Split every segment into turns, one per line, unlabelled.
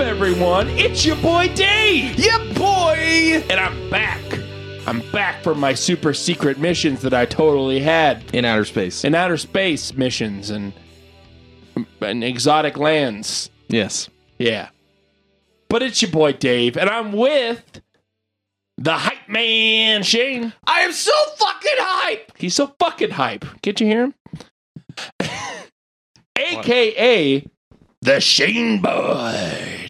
everyone. It's your boy Dave,
Yeah, boy!
and I'm back. I'm back from my super secret missions that I totally had
In outer space.
in outer space missions and and exotic lands.
yes.
Yeah. But it's your boy Dave, and I'm with the hype man Shane.
I am so fucking hype!
He's so fucking hype. Can't you hear him? AKA the Shane Boyd.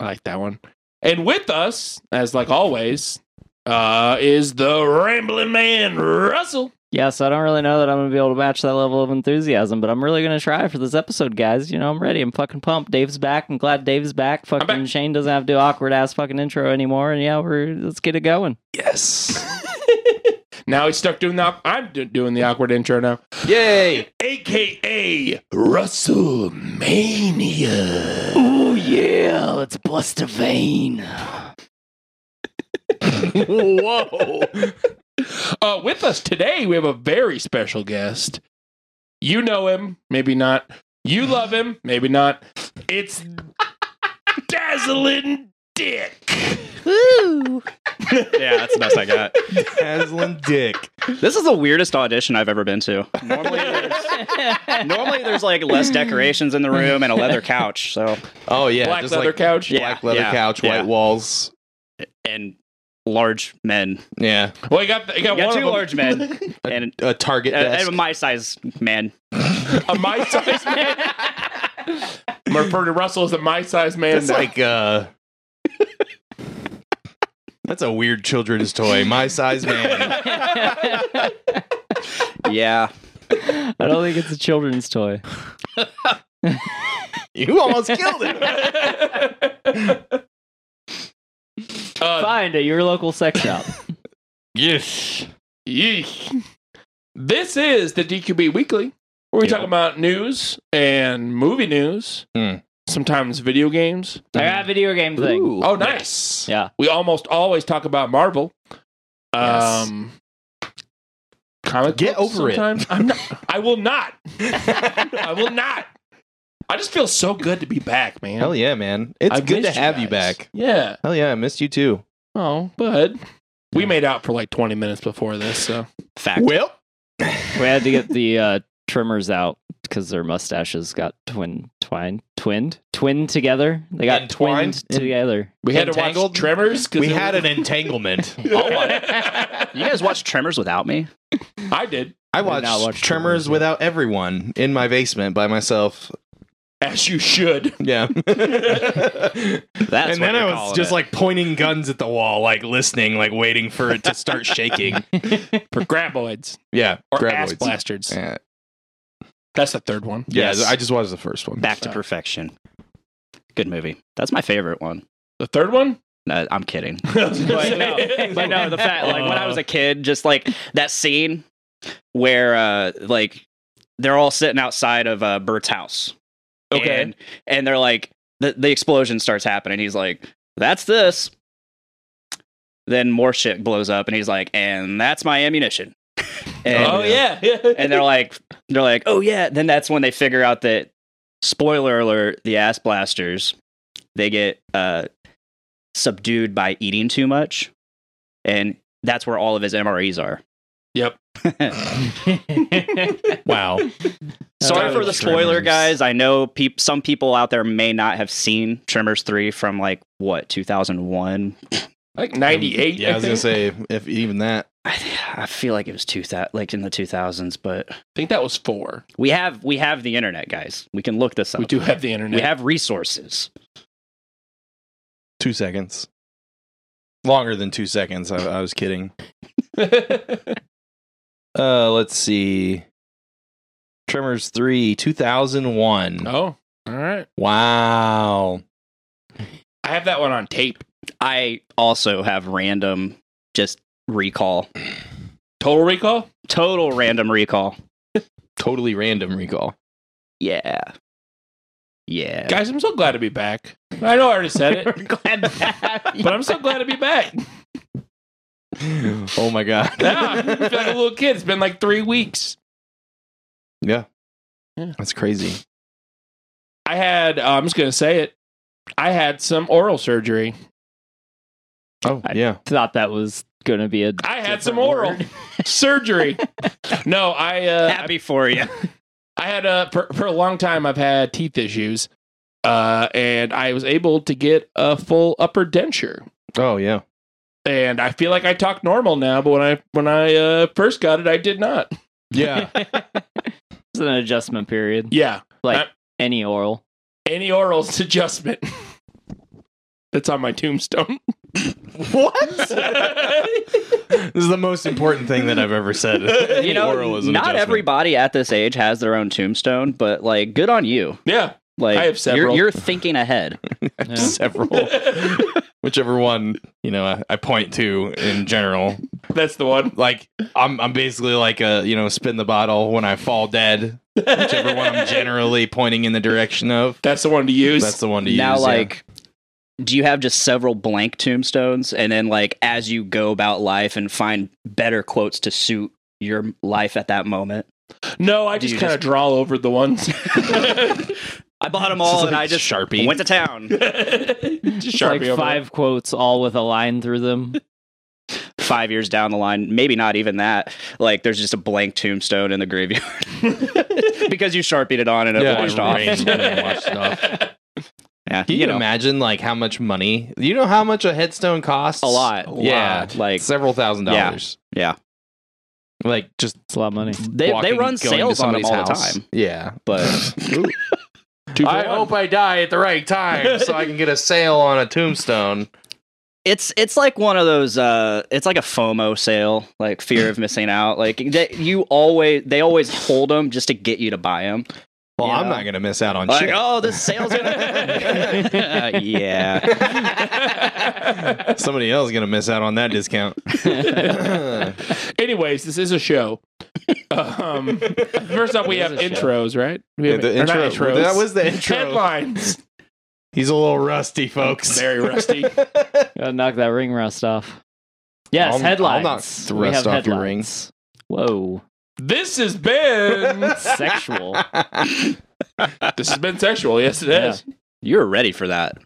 I like that one. And with us, as like always, uh, is the rambling man Russell.
Yeah, so I don't really know that I'm gonna be able to match that level of enthusiasm, but I'm really gonna try for this episode, guys. You know, I'm ready. I'm fucking pumped. Dave's back. I'm glad Dave's back. Fucking
back.
Shane doesn't have to do awkward ass fucking intro anymore. And yeah, we're let's get it going.
Yes.
Now he's stuck doing the. awk- I'm do- doing the awkward intro now.
Yay!
AKA WrestleMania.
Oh yeah, let's bust a vein.
Whoa. uh, with us today, we have a very special guest. You know him, maybe not. You love him, maybe not. It's Dazzling Dick.
Yeah, that's the best I got.
Haslin Dick.
This is the weirdest audition I've ever been to. Normally, there's, normally there's like less decorations in the room and a leather couch. So
Oh, yeah.
Black
just
leather
like
couch.
Yeah.
black leather
yeah,
couch,
yeah.
white walls.
and large men.
Yeah.
Well, you got, you got,
You got
Oh, one
two
of
large men and uh,
A target
and
desk.
a my size man.
them. A my size man. I'm referring to Russell as a my size man.
That's
now.
like, uh. That's a weird children's toy. My size man.
Yeah,
I don't think it's a children's toy.
You almost killed it.
Uh,
Find at your local sex shop.
Yes.
Yeesh. This is the DQB Weekly, where we
Yeah.
talk about news and movie news,
Hmm.
sometimes video games.
I got a video game thing.
Ooh.
Oh, nice.
Yeah.
We almost always talk about Marvel.
Yes.
Um, comic
Get
books
over it.
sometimes. I'm not, I will not. I will not. I just feel so good to be back, man.
Hell yeah, man. It's
I've
good to
missed
have you
guys.
back.
Yeah.
Hell yeah, I missed you too.
Oh, bud. We made out for like 20 minutes before this, so.
fact.
Well,
We had to get the uh, trimmers out because their mustaches got twin, twined, twinned, twinned together. They got
Entwined?
twinned together.
We had
Entangled?
to watch Tremors. 'cause
we
it
had
was- Oh,
an entanglement.
You guys watch Tremors without me?
I did.
I
did
watched
not watch
Tremors
Tremors.
without everyone in my basement by myself.
As you should.
Yeah.
That's
and then I was just
it.
like pointing guns at the wall, like listening, like waiting for it to start shaking.
For graboids.
Yeah.
Or ass
graboids.
blasters.
Yeah,
That's the third one.
yeah,
Yes.
I just watched the first one.
Back to Perfection. Good movie. That's my favorite one.
The third one?
No, I'm kidding.
But
but no, but no, the fact like when I
Uh.
was a kid, just like that scene where uh like they're all sitting outside of uh Bert's house.
Okay.
And, and they're like the, the explosion starts happening. He's like, That's this. Then more shit blows up and he's like, and that's my ammunition. and,
oh, yeah.
and they're like they're like, Oh yeah. Then that's when they figure out that spoiler alert, the ass blasters, they get uh subdued by eating too much. And that's where all of his MREs are.
yep.
Wow.
Sorry
Oh,
for the spoiler,
Tremors.
guys. I know peop- some people out there may not have seen Tremors 3 from like what, 2001?
Like 98.
Yeah, I was
think.
going to say, if even that.
I, I feel like it was 2000 like in the 2000s, but
I think that was four.
we have we have the internet, guys. We can look this up.
We do have the internet.
We have resources.
Two seconds. Longer than two seconds. I, I was kidding. Uh, let's see. Tremors 3, 2001.
oh, all right.
Wow.
I have that one on tape.
I also have random just recall.
Total Recall?
Total random recall.
Totally random recall.
Yeah. Yeah.
Guys, I'm so glad to be back. I know I already said it,
glad to have you.
but I'm so glad to be back.
Oh my god.
Yeah, I feel like a little kid. It's been like three weeks.
yeah.
Yeah.
That's crazy.
I had, uh, I'm just going to say it. I had some oral surgery.
Oh,
I-
yeah.
Thought that was going to be a.
I had
different
some oral
word.
surgery. No, I uh,
Happy for you.
I had uh, for, for a long time I've had teeth issues, uh, and I was able to get a full upper denture.
Oh, yeah.
And I feel like I talk normal now, but when I when I uh, first got it, I did not.
Yeah.
It's an adjustment period.
Yeah,
Like
I-
any oral.
any orals adjustment. That's on my tombstone.
this is the most important thing that I've ever said.
you know,
Oral is an
not
adjustment.
everybody at this age has their own tombstone, but like, good on you.
yeah.
Like,
I have several.
You're, you're thinking ahead.
Yeah.
Several. Whichever one, you know, I, I point to in general.
That's the one.
Like, I'm, I'm basically like a, you know, spin the bottle when I fall dead. Whichever one I'm generally pointing in the direction of.
That's the one to use.
That's the one to use.
now,
yeah.
like, do you have just several blank tombstones? And then, like, as you go about life and find better quotes to suit your life at that moment?
no, I
Do
just
you
kind of
just-
draw over the ones.
I bought them
This is
all
like
and I just
Sharpie.
went to town.
just
It's
sharpie
like
over
five quotes, all with a line through them.
Five years down the line, maybe not even that. Like, there's just a blank tombstone in the graveyard because you sharpied it on and it
Yeah,
washed
it
off.
rained. Washed
it.
Yeah,
Can you, imagine like how much money? You know how much a headstone costs?
a lot.
yeah,
Like,
several thousand
Yeah.
dollars.
Yeah.
Like just
It's a lot of money.
they, they
walking,
run
going to
sales on them
somebody's
all
house.
the time.
Yeah.
But
Two for
I
one.
hope I die at the right time so I can get a sale on a tombstone.
it's it's like one of those. Uh, it's like a FOMO sale, like fear of missing out. Like that you always they always hold them just to get you to buy them.
Well,
Yeah.
I'm not gonna miss out on
Like,
shit.
oh, this sale's gonna. Uh, yeah.
Somebody else is gonna miss out on that discount.
Anyways, this is a show. Um, first up, we
It
have
is a show.
intros, right? We have
the
or not
intro-
intros.
that was the intro.
Headlines.
He's a little rusty, folks.
Very rusty.
Gotta knock that ring rust off. Yes,
I'll- I'll
headlines.
knock the
We
rust
have
off your
headlines. Whoa,
This has been.
sexual.
This has been sexual. Yes, it
Yeah.
has.
You were ready for that.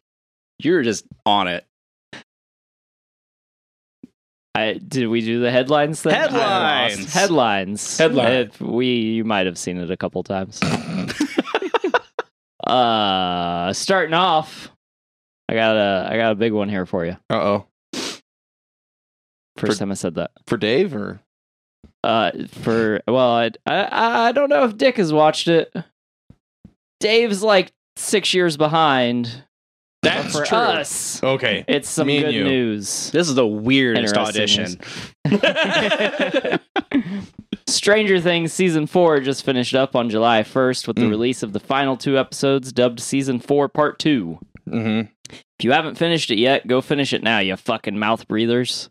You were just on it.
I, did we do the headlines then? I'm
Headlines!
lost. Headlines.
Headline.
Uh, we you might have seen it a couple times. uh, starting off, I got a I got a big one here for you.
Uh oh.
First
For-
time I said that.
For Dave or
Uh, for well, I, I I don't know if Dick has watched it. Dave's like six years behind. But
That's
for
true.
us.
Okay.
It's some
Me and
good
you.
news.
This is the weirdest
Interesting
audition.
Stranger Things season 4 just finished up on July 1st with the
Mm.
release of the final two episodes dubbed season 4 part 2.
Mm-hmm.
If you haven't finished it yet, go finish it now, you fucking mouth breathers.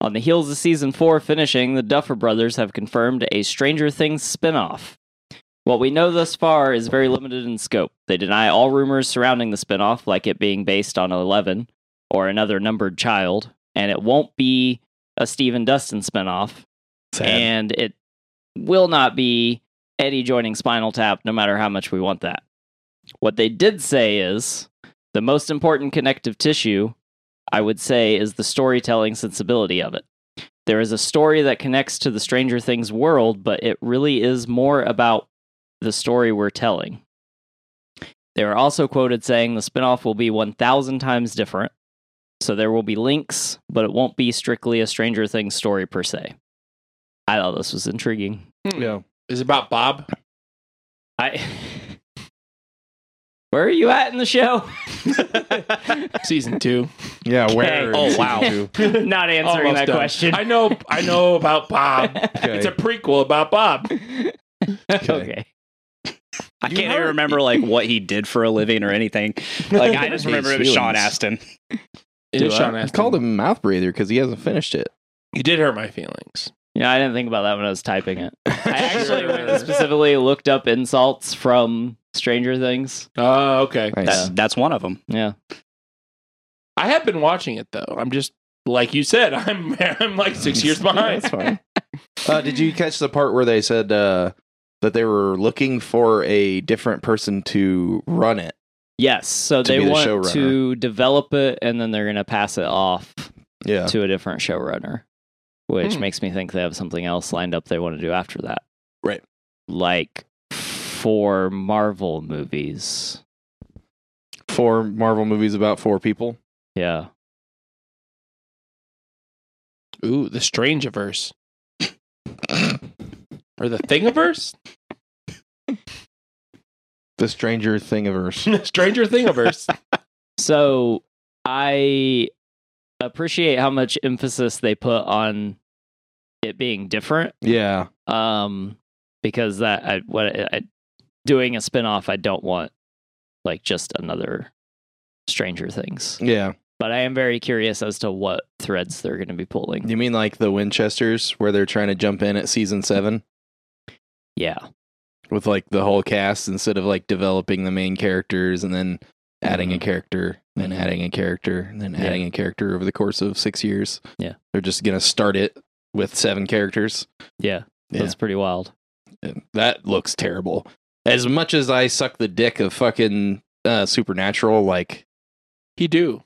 On the heels of season 4 finishing, the Duffer Brothers have confirmed a Stranger Things spin-off. What we know thus far is very limited in scope. They deny all rumors surrounding the spin-off like it being based on 11 or another numbered child, and it won't be a Steve and Dustin spin-off and it will not be Eddie joining Spinal Tap, no matter how much we want that. What they did say is the most important connective tissue, I would say, is the storytelling sensibility of it. There is a story that connects to the Stranger Things world, but it really is more about the story we're telling. They were also quoted saying the spinoff will be 1,000 times different. So there will be links, but it won't be strictly a Stranger Things story per se. I thought this was intriguing.
Yeah.
Is it about Bob?
I Where are you at in the show?
Season two.
Yeah, where?
where Okay.
is wow.
Not answering
Almost
that
done.
question.
I know. I know about Bob.
Okay.
It's a prequel about Bob.
okay.
I
You
can't even
heard-
remember like what he did for a living or anything. Like I just
His
remember it was Sean
feelings.
Astin.
It is Sean Astin.
called him mouth breather because he hasn't finished it.
You did hurt my feelings.
You know, I didn't think about that when I was typing it. I actually
Sure.
went and specifically looked up insults from Stranger Things.
Oh, okay.
That's that's one of them.
Yeah.
I have been watching it though. I'm just like you said. I'm I'm like six years behind.
That's fine. Uh, did you catch the part where they said uh, that they were looking for a different person to run it?
Yes, so
To
they
be the
want
showrunner.
to develop it and then they're going to pass it off
Yeah.
to a different showrunner, which
Hmm.
makes me think they have something else lined up they want to do after that.
Right.
Like four Marvel movies.
Four Marvel movies about four people.
Yeah.
Ooh, the Strangeverse. or the Thingiverse?
The Stranger Thingiverse.
Stranger Thingiverse.
So I appreciate how much emphasis they put on it being different
yeah.
um because that I what I, doing a spin-off I don't want like just another Stranger Things.
Yeah.
But I am very curious as to what threads they're going to be pulling.
You mean like the Winchesters where they're trying to jump in at season seven
Yeah.
with like the whole cast instead of like developing the main characters and then adding a
Mhm.
character, then
Mhm.
adding a character, and then
Yeah.
adding a character over the course of six years.
Yeah.
They're just gonna start it with seven characters.
Yeah.
Yeah.
That's pretty wild.
And that looks terrible. As much as I suck the dick of fucking uh, Supernatural, like
he do.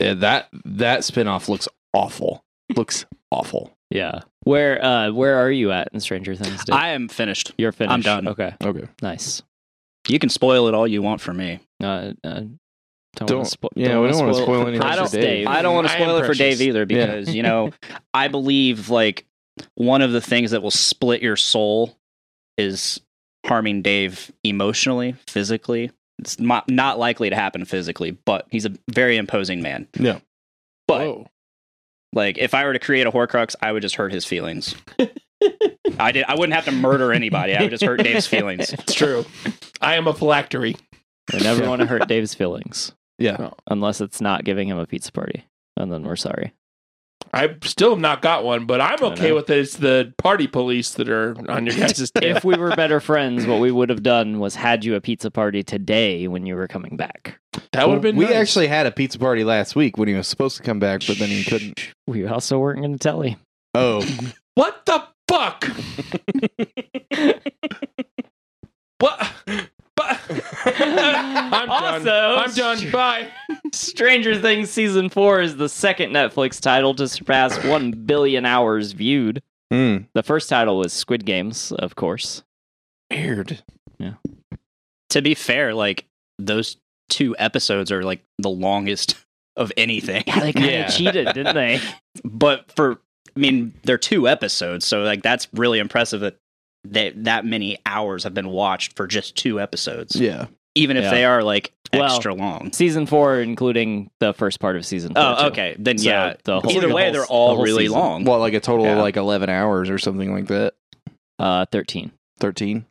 Yeah, that that spinoff looks awful. Looks awful.
Yeah. Where uh where are you at in Stranger Things? Dave?
I am finished.
You're finished.
done.
Okay.
Okay.
Nice.
You can spoil it all you want for me.
Uh, uh, don't,
Don't-
wanna spo-
yeah, we don't wanna
it
spoil
for
anything
for
precious
Dave.
Dave.
I don't want
I
to
am
spoil it for
precious.
Dave either
Yeah.
because, you know, I believe like one of the things that will split your soul is harming Dave emotionally, physically. It's not, not likely to happen physically, but he's a very imposing man.
Yeah.
But
Whoa.
like if I were to create a Horcrux, I would just hurt his feelings. I did I wouldn't have to murder anybody. I would just hurt Dave's feelings.
It's true. I am a phylactery.
We never want to hurt Dave's feelings.
Yeah.
No.
Unless it's not giving him a pizza party. And then we're sorry.
I still have not got one, but I'm
I
okay
know.
with it. It's the party police that are on your guys' tail.
if we were better friends, what we would have done was had you a pizza party today when you were coming back.
That would have been
we
nice.
actually had a pizza party last week when he was supposed to come back, but then he couldn't.
We also weren't going to tell you.
Oh,
What the fuck? what? But I'm
Also-
done. I'm done. Bye.
Stranger Things season four is the second Netflix title to surpass 1 billion hours viewed.
Hmm.
The first title was Squid Games, of course.
weird.
to be fair, like those two episodes are like the longest of anything.
Yeah, they kind of
Yeah.
cheated, didn't they?
but for I mean, they're two episodes, so like that's really impressive that that, that many hours have been watched for just two episodes.
Yeah,
Even if
Yeah.
they are like
Well,
extra long.
season four, including the first part of season four.
Oh,
too.
okay. Then
So
yeah.
the whole-
Either
the
way,
whole-
they're
the
all
whole
really
season.
long.
well, like a total of
Yeah.
like eleven hours or something like that.
Uh, 13.
Thirteen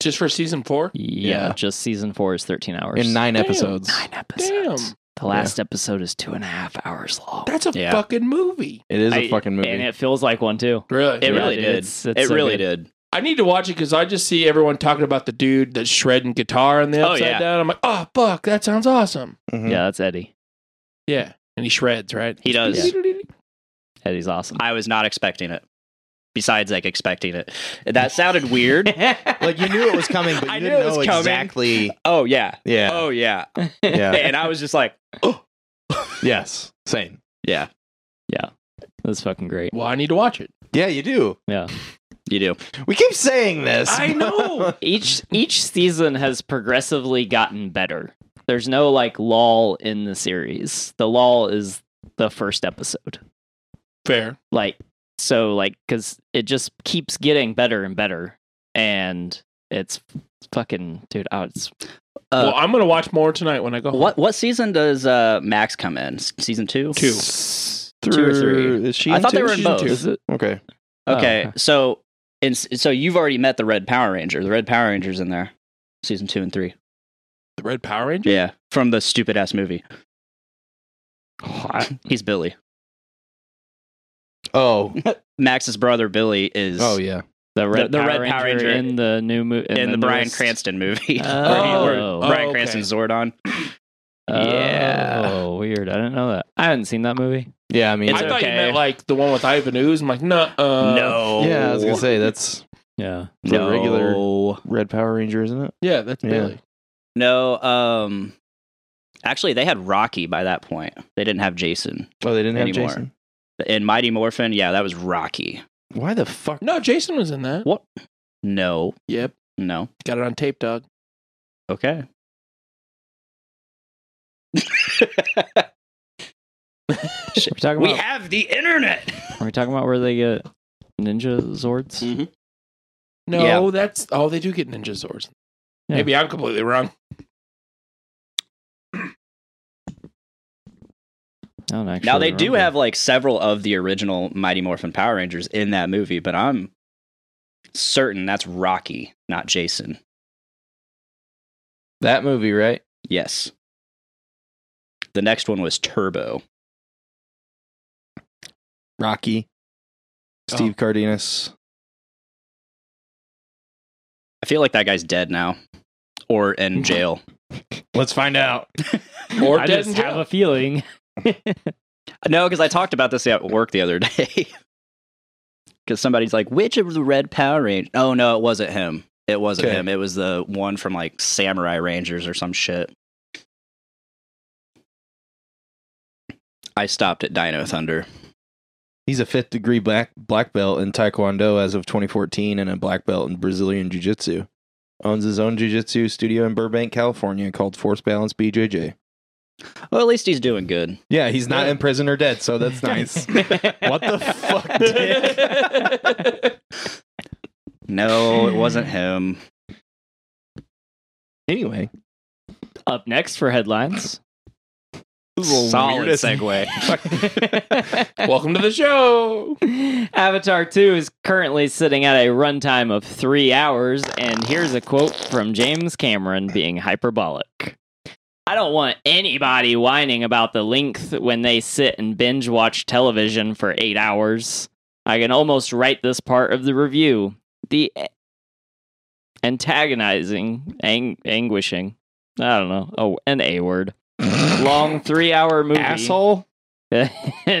Just for season four?
Yeah,
Yeah.
just season four is 13 hours.
in nine
Damn.
episodes.
Nine
Damn.
episodes. The last episode is two and a half hours long.
That's a
Yeah.
fucking movie.
It is a
I-
fucking movie.
And it feels like one, too.
Really?
it
Yeah,
really
dude,
did.
it's- it's
it
so
really
good.
did.
I need to watch it because I just see everyone talking about the dude that's shredding guitar on the
Oh,
upside
yeah.
down. I'm like, oh fuck, that sounds awesome.
Mhm.
Yeah, that's Eddie.
Yeah, and he shreds, right?
He does.
Eddie's awesome.
I was not expecting it. Besides, like expecting it, that sounded weird.
Like you knew it was coming, but you
I knew
didn't
it was
know
coming.
exactly.
oh yeah.
Yeah.
Oh yeah.
Yeah.
And I was just like,
yes. Same.
yeah,
That's fucking great.
Well, I need to watch it.
Yeah, you do.
Yeah.
you do.
We keep saying this.
I know.
Each each season has progressively gotten better. There's no like lull in the series. The lull is the first episode.
Fair.
Like so like cuz it just keeps getting better and better and it's fucking dude, oh, it's
well, I'm gonna watch more tonight when I go. home.
Uh, What what season does uh, Max come in? S- Season two.
Two.
S-
Two or three.
Is she
I
in
thought they
two?
were in
She's
both.
is it?
Okay.
Oh,
Okay, so and s- so you've already met the Red Power Ranger. The Red Power Ranger's in there, season two and three.
The Red Power Ranger.
Yeah, from the stupid ass movie. He's Billy.
Oh.
Max's brother Billy is
Oh yeah.
The Red,
the
Power,
Red
Ranger
Power Ranger
in the new movie
in, the, Brian
newest-
Cranston movie.
Oh.
Where he-
Oh,
where Bryan
okay.
Cranston's Zordon. Yeah.
Oh, weird. I didn't know that. I hadn't seen that movie.
Yeah. I mean,
I
It's
thought you
okay.
meant like the one with Ivan Ooze. I'm like, no,
no.
Uh, yeah. I was gonna say that's
Yeah.
the
no.
regular Red Power Ranger, isn't it?
yeah, that's
Yeah.
Billy.
No, um Actually, they had Rocky by that point. They didn't have Jason.
Oh, they didn't have
Anymore.
Jason.
In Mighty Morphin, yeah, that was Rocky.
Why the fuck?
No, Jason was in that.
What? No,
Yep.
no.
Got it on tape, dog.
Okay.
Are we talking
we
about?
have the internet.
are we talking about where they get ninja zords?
Mm.
No, that's oh, they do get ninja swords.
Yeah.
Maybe I'm completely wrong.
I don't actually
Now they do
remember.
have like several of the original Mighty Morphin Power Rangers in that movie, but I'm certain that's Rocky, not Jason.
That movie, right?
Yes. The next one was Turbo.
Rocky.
Oh.
Steve Cardenas.
I feel like that guy's dead now or
Hmm.
in jail.
Let's find out.
Or
I
dead
just
in
have
jail.
a feeling.
No, because I talked about this at work the other day. Because somebody's like, which of the Red Power Rangers? Oh, no, it wasn't him. It wasn't
Okay.
him. It was the one from like Samurai Rangers or some shit. I stopped at Dino Thunder.
He's a fifth degree black black belt in Taekwondo as of 2014 and a black belt in Brazilian Jiu Jitsu. Owns his own Jiu Jitsu studio in Burbank, California called Force Balance BJJ.
Well, at least he's doing good.
Yeah, he's not
Yeah.
in prison or dead, so that's nice. what the fuck?
No, it wasn't him.
Anyway,
Up next for headlines.
Solid
weirdest-
segue.
Welcome to the show.
Avatar 2 is currently sitting at a runtime of three hours, and here's a quote from James Cameron being hyperbolic. I don't want anybody whining about the length when they sit and binge watch television for eight hours. I can almost write this part of the review. The a- antagonizing, ang- anguishing, I don't know, oh, an A word. Long three hour movie
asshole.
an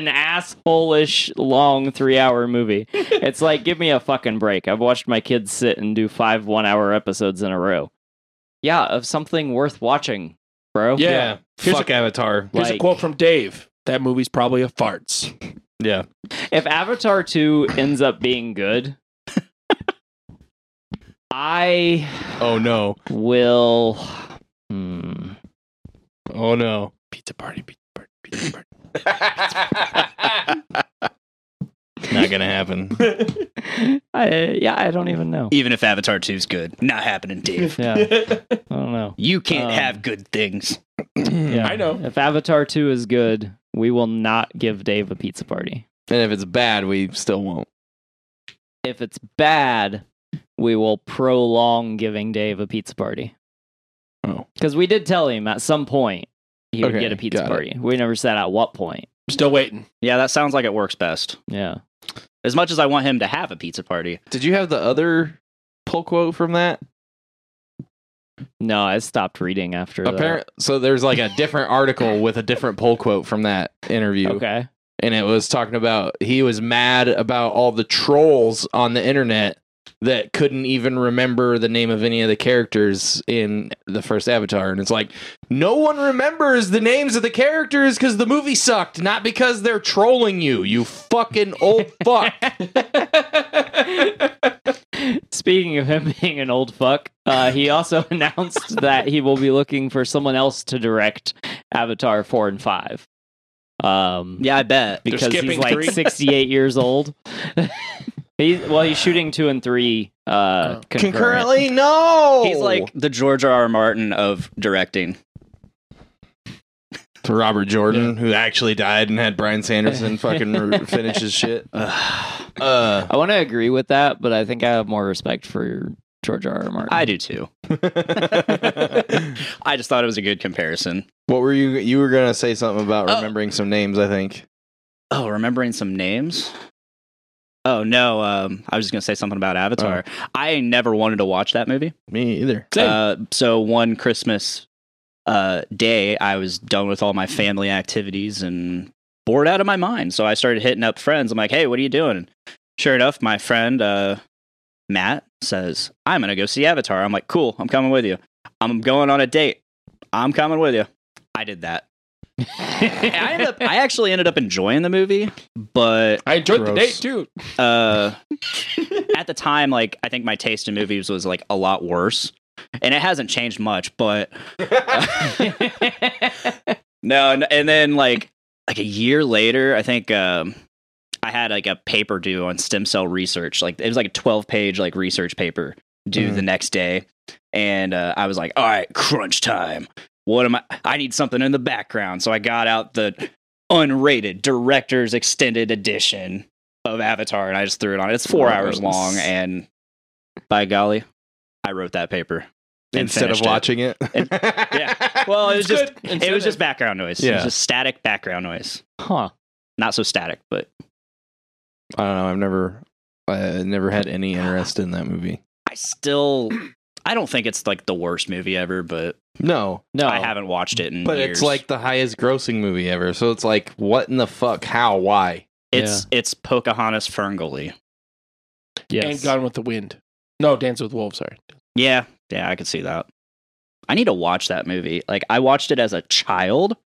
asshole-ish long three-hour movie. It's like, give me a fucking break. I've watched my kids sit and do five one-hour episodes in a row. Yeah, of something worth watching, bro.
Yeah. Here's
Fuck Avatar.
Here's a
Like-
quote from Dave. That movie's probably a farts.
Yeah.
If Avatar 2 ends up being good, I
Oh no.
will. Hmm.
Oh no.
Pizza party, pizza party, pizza party.
Not gonna happen.
I, yeah, I don't even know.
Even if Avatar 2's good, not happening, Dave.
Yeah, I don't know.
You can't
Um,
have good things.
yeah.
Yeah.
I know.
If Avatar 2 is good, we will not give Dave a pizza party.
And if it's bad, we still won't.
If it's bad, we will prolong giving Dave a pizza party.
Oh.
Because we did tell him at some point he would
Okay,
get a pizza
got it.
party. We never said at what point.
Still waiting.
Yeah, that sounds like it works best.
Yeah.
As much as I want him to have a pizza party,
Did you have the other pull quote from that?
No, I stopped reading after that.
Apparent. So there's like a different article with a different pull quote from that interview,
Okay.
and it was talking about he was mad about all the trolls on the internet that couldn't even remember the name of any of the characters in the first Avatar, and it's like no one remembers the names of the characters because the movie sucked, not because they're trolling you. You fucking old fuck.
Speaking of him being an old fuck, uh, he also announced that he will be looking for someone else to direct Avatar 4 and 5. Um,
yeah, I
Uh,
bet.
because he's
skipping
like
three?
68 years old. he, well, he's shooting two and three uh,
Oh.
concurrent.
no.
He's like the George R. R. Martin of directing.
to Robert Jordan, who actually died and had Brian Sanderson fucking re- finish his shit.
Ugh,
Uh,
I want to agree with that, but I think I have more respect for George R. R. Martin.
I do too. I just thought it was a good comparison.
what were you? You were gonna say something about
Oh.
remembering some names, I think.
Oh, remembering some names? Oh no, um, I was just gonna say something about Avatar. I never wanted to watch that movie.
Me either.
Same.
Uh, so one Christmas uh, day, I was done with all my family activities and bored out of my mind. So I started hitting up friends. I'm like, "Hey, what are you doing?" Sure enough, my friend uh, Matt says, "I'm gonna go see Avatar." I'm like, "Cool, I'm coming with you. I'm going on a date. I'm coming with you." I did that. And I ended up, I actually ended up enjoying the movie, but
I enjoyed the
Gross.
date too.
uh, at the time, like I think my taste in movies was like a lot worse, and it hasn't changed much. But no, and, and then like like a year later, I think um, I had like a paper due on stem cell research. Like it was like a twelve page like research paper due
Mhm.
the next day, and uh, I was like, all right, crunch time. What am I? I need something in the background, so I got out the unrated director's extended edition of Avatar, and I just threw it on. It's
Oh,
four hours
Gross.
long, and by golly, I wrote that paper and
instead of
finished it.
watching it.
And-
yeah.
Well, it was
It's
just
good.
it was just background noise. It
Yeah.
was just static background noise,
huh.
not so static, but
I don't know. I've never, I never had any interest in that movie.
I still. I don't think it's like the worst movie ever, but
No,
No,
I haven't watched it in
but
years.
it's like the highest grossing movie ever. So it's like, what in the fuck? How? Why?
it's it's Pocahontas Ferngully.
Yes.
And Gone with the Wind. No, Dance with Wolves. Sorry.
Yeah, yeah, I could see that. I need to watch that movie. Like I watched it as a child,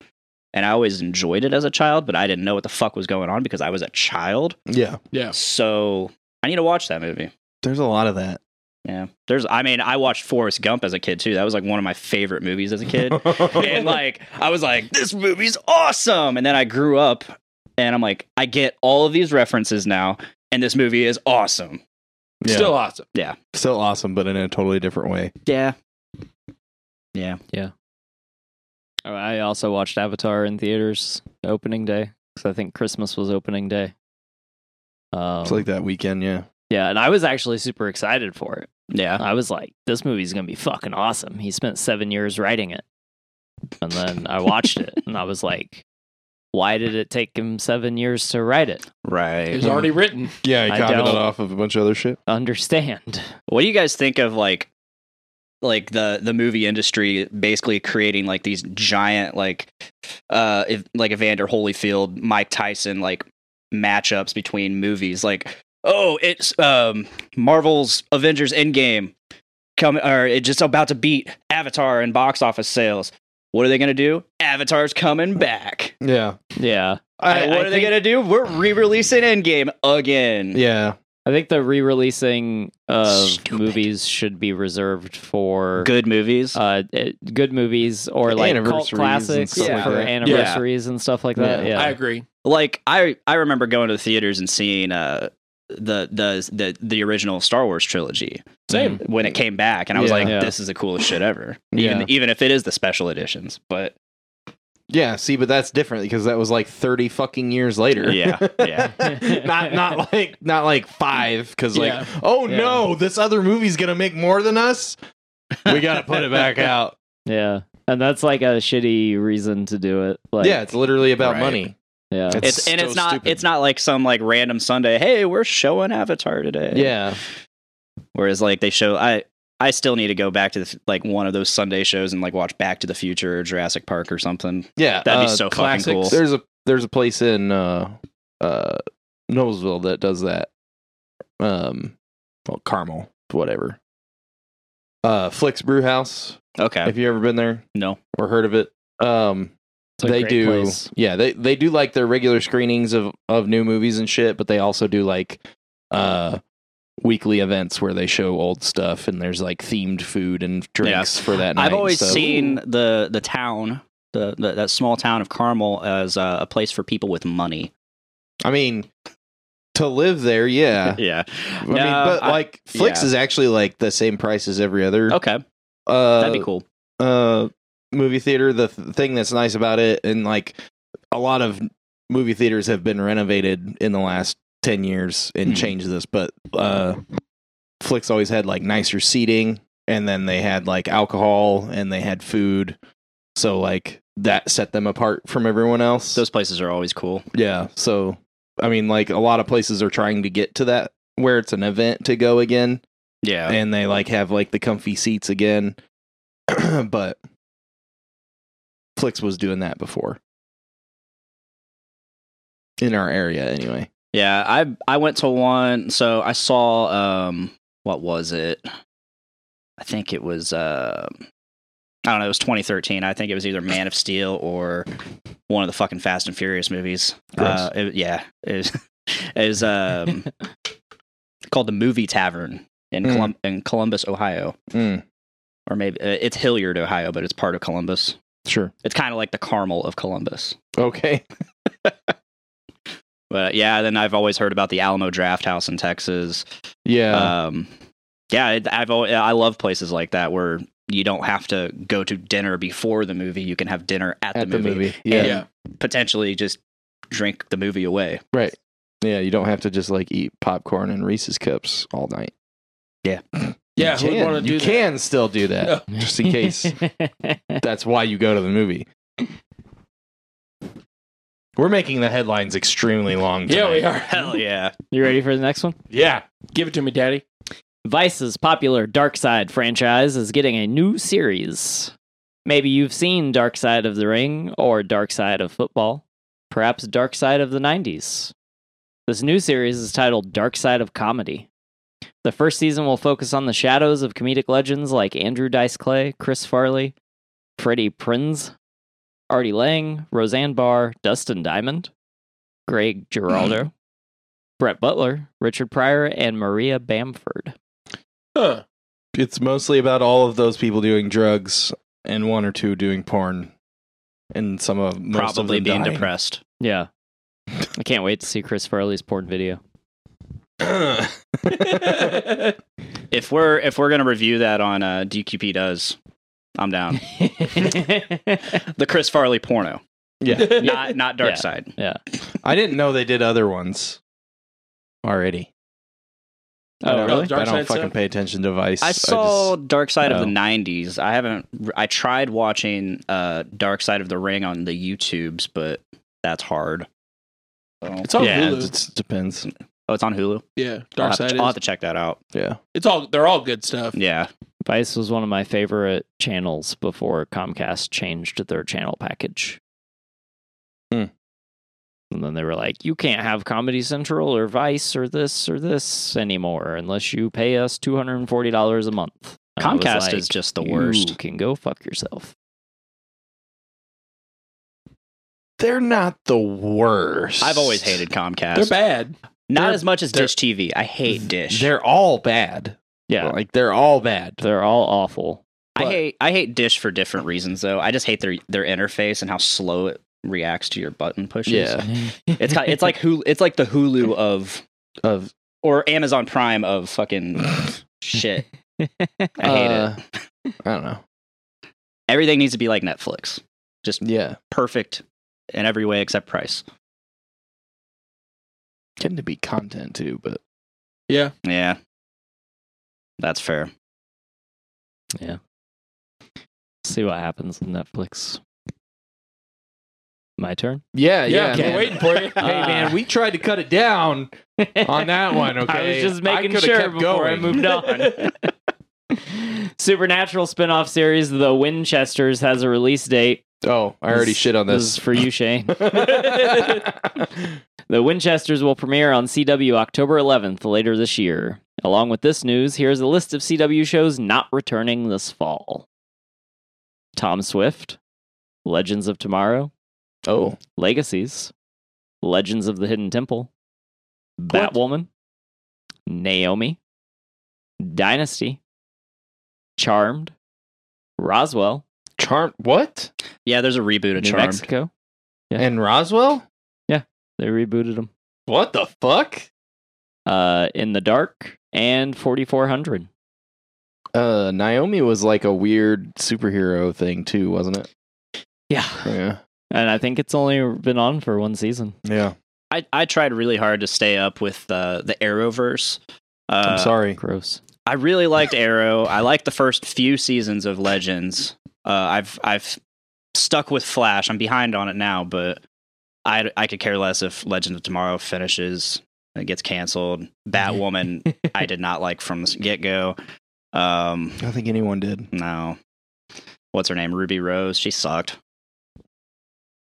and I always enjoyed it as a child, but I didn't know what the fuck was going on because I was a child.
Yeah,
Yeah.
So I need to watch that movie.
there's a lot of that.
Yeah, there's. I mean, I watched Forrest Gump as a kid too. That was like one of my favorite movies as a kid. and like I was like, this movie's awesome. And then I grew up and I'm like, I get all of these references now, and this movie is awesome.
Yeah.
Still awesome.
still awesome, but in a totally different way.
Yeah.
Oh, I also watched Avatar in theaters opening day because I think Christmas was opening day. Um,
It's
Oh.
like that weekend. Yeah,
yeah, and I was actually super excited for it.
Yeah.
I was like, "This movie's gonna be fucking awesome." He spent seven years writing it, and then I watched it, and I was like, "Why did it take him seven years to write it?"
It
Right.
was already written.
yeah. You
I
copied it
don't-
off of a bunch of other shit.
Understand?
What do you guys think of like like the the movie industry basically creating like these giant like uh if, like Evander Holyfield, Mike Tyson like matchups between movies like oh it's um Marvel's Avengers Endgame come or it just about to beat Avatar in box office sales. What are they going to do? Avatar's coming back.
Yeah.
Yeah,
Hey, what are they going to do? We're re-releasing Endgame again.
Yeah.
I think the re-releasing of
Stupid.
movies should be reserved for
Good movies.
uh, it- good movies or like cult
Anniversaries and
classics
stuff like
for
that.
anniversaries and stuff like that.
Yeah.
Yeah,
I agree.
like I I remember going to the theaters and seeing uh the the the the original Star Wars trilogy
Same.
when it came back, and I was
Yeah.
like,
Yeah.
this is the coolest shit ever.
Yeah.
Even even if it is the special editions, but
Yeah. See, but that's different because that was like thirty fucking years later.
Yeah, yeah.
not not like not like five because like
Yeah.
oh
Yeah.
no, this other movie's gonna make more than us. We gotta put it back out.
yeah, and that's like a shitty reason to do it. Like,
yeah, it's literally about
Right.
money.
yeah.
it's, and
so
it's not
stupid.
it's not like some like random Sunday. Hey, we're showing Avatar today.
Yeah.
Whereas like they show I. I still need to go back to the, f- like one of those Sunday shows and like watch Back to the Future or Jurassic Park or something.
Yeah. uh,
That'd be so fucking cool.
There's a there's a place in uh uh Knowlesville that does that. Um well Carmel, whatever. Uh Flicks Brew House.
Okay,
Have you ever been there
no,
or heard of it? Um
It's a
they
great
do
place.
yeah they they do like their regular screenings of of new movies and shit but they also do like uh weekly events where they show old stuff and there's like themed food and drinks for that night
I've always
so-
seen the the town, the, the that small town of Carmel, as uh, a place for people with money.
i mean to live there yeah
Yeah.
i
No,
mean but
I-
like flicks
yeah.
is actually like the same price as every other
Okay,
uh
that'd be cool.
uh movie theater the th- thing that's nice about it and like a lot of movie theaters have been renovated in the last 10 years and
Mhm.
changed this but uh flicks always had like nicer seating and then they had like alcohol and they had food so like that set them apart from everyone else
Those places are always cool.
yeah so i mean like a lot of places are trying to get to that where it's an event to go again
Yeah.
and they like have like the comfy seats again. but Flix was doing that before in our area anyway.
yeah. I I went to one. So I saw um what was it? I think it was uh I don't know, it was 2013. I think it was either Man of Steel or one of the fucking Fast and Furious movies. Uh, it- yeah, it was, it was um, called the Movie Tavern in,
Mm.
Colum- in Columbus, Ohio,
Mm,
or maybe uh, it's Hilliard, Ohio, but it's part of Columbus.
sure.
It's kind of like the Carmel of Columbus.
Okay.
But yeah, then I've always heard about the Alamo Draft House in Texas.
Yeah.
um, yeah, it, I've always, I love places like that where you don't have to go to dinner before the movie. You can have dinner at,
at
the, movie,
Yeah.
and potentially just drink the movie away.
Right. Yeah. You don't have to just like eat popcorn and Reese's cups all night.
Yeah,
You
who would
can,
want to do
you
that?
can still do that. Just in case. That's why you go to the movie. We're making the headlines extremely long.
Yeah, we
tonight.
are.
Hell yeah!
you ready for the next one?
Yeah, give it to me, Daddy.
Vice's popular Dark Side franchise is getting a new series. Maybe you've seen Dark Side of the Ring or Dark Side of Football, perhaps Dark Side of the 90s. This new series is titled Dark Side of Comedy. The first season will focus on the shadows of comedic legends like Andrew Dice Clay, Chris Farley, Freddie Prinz, Artie Lang, Roseanne Barr, Dustin Diamond, Greg Giraldo, Brett Butler, Richard Pryor, and Maria Bamford.
Huh.
It's mostly about all of those people doing drugs and one or two doing porn, and some of most of
Probably
them
being
dying.
depressed.
Yeah. I can't wait to see Chris Farley's porn video.
If we're if we're gonna review that on uh, DQP does, I'm down. the Chris Farley porno,
yeah,
not not Dark
Yeah.
Side.
I didn't know they did other ones already. I
oh,
don't,
really?
Dark
I don't
Side
fucking
stuff?
pay attention to Vice.
I saw
just-
Dark Side of
No.
the '90s. I haven't. I tried watching uh, Dark Side of the Ring on the YouTubes, but that's hard. So-
It's on
yeah,
Hulu.
it depends.
Oh, it's on Hulu.
Yeah,
I'll
Dark
have, to,
Side.
I'll
Is.
have to check that out.
Yeah,
It's all. They're all good stuff.
Yeah,
Vice was one of my favorite channels before Comcast changed their channel package.
Hmm.
And then they were like, you can't have Comedy Central or Vice or this or this anymore unless you pay us $240 a month. And I was
Comcast
like,
is just the
"You
worst.
can go fuck yourself.
they're not the worst.
I've always hated Comcast.
they're bad.
Not
They're-
as much as
they're-
Dish TV. I hate Dish.
They're all bad.
Yeah.
like they're all bad.
They're all awful.
I
but-
hate I hate Dish for different reasons though. I just hate their their interface and how slow it reacts to your button pushes.
Yeah,
It's ki- it's like Hulu, it's like the Hulu of
of
or Amazon Prime of fucking shit. I hate
Uh,
it.
it. I don't know.
Everything needs to be like Netflix. Just
Yeah,
perfect in every way except price.
tend to be content too, but
Yeah.
Yeah. That's fair.
See what happens with Netflix. My turn.
yeah,
Yeah,
yeah.
we're waiting
man. Uh,
for you.
Hey man, we tried to cut it down on that one. Okay,
Ah. I was just making
coulda
sure
kept
before I
going.
moved on. Supernatural spin-off series The Winchesters has a release date.
Oh, I already
This-
shit on
This is
this.
for you, Shane. The Winchesters will premiere on CW October 11th later this year. Along with this news, here's a list of CW shows not returning this fall. Tom Swift, Legends of Tomorrow,
oh,
Legacies, Legends of the Hidden Temple, Batwoman, Naomi, Dynasty, Charmed, Roswell,
charm. What?
Yeah, there's a reboot of
New
Charmed.
Mexico.
And Roswell?
They rebooted them.
What the fuck?
Uh, In the Dark and 4400.
Uh, Naomi was like a weird superhero thing too, wasn't it?
Yeah.
Oh, Yeah,
And I think it's only been on for one season.
yeah.
I, I tried really hard to stay up with uh, the Arrowverse. Uh,
I'm sorry.
Gross.
I really liked Arrow. I liked the first few seasons of Legends. Uh, I've I've stuck with Flash. I'm behind on it now, but I I could care less if Legends of Tomorrow finishes. It gets canceled. Batwoman, I did not like from the get go. Um,
I don't think anyone did.
no, what's her name? Ruby Rose. She sucked.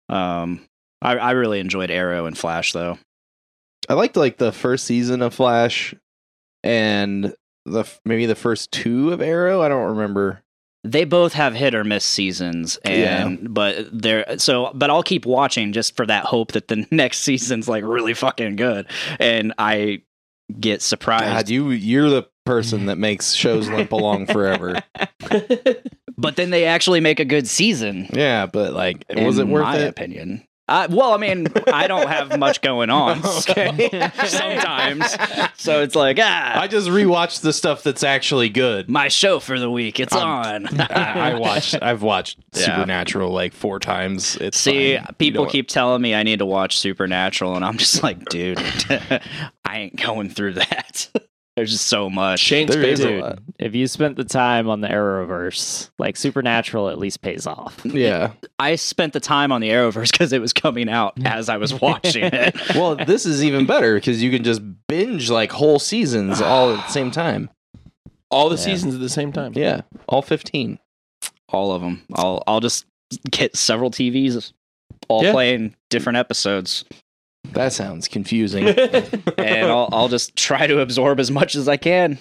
Um, I I really enjoyed Arrow and Flash though.
I liked like the first season of Flash, and the f- maybe the first two of Arrow. I don't remember.
they both have hit or miss seasons and but they're so but I'll keep watching just for that hope that the next season's like really fucking good and I get surprised.
God, you you're the person that makes shows limp along forever.
But then they actually make a good season.
Yeah, but like, was it
in
worth
my
it?
opinion. Uh, well, I mean, I don't have much going on
Okay.
sometimes, so it's like ah,
I just rewatched the stuff that's actually good.
my show for the week. It's
I'm-
on.
I, I watched. I've watched
Yeah.
Supernatural like four times. It's
See,
fine. You
people
don't-
keep telling me I need to watch Supernatural, and I'm just like, dude, I ain't going through that. There's just so much.
Shane's
There is a
favorite.
lot.
If you spent the time on the Arrowverse, like Supernatural at least pays off.
Yeah.
I spent the time on the Arrowverse because it was coming out as I was watching it.
Well, this is even better because you can just binge like whole seasons all at the same time.
All the
Yeah.
seasons at the same time.
Yeah, all fifteen.
All of them. I'll I'll just get several TVs, all
Yeah.
playing different episodes,
That sounds confusing.
and I'll I'll just try to absorb as much as I can.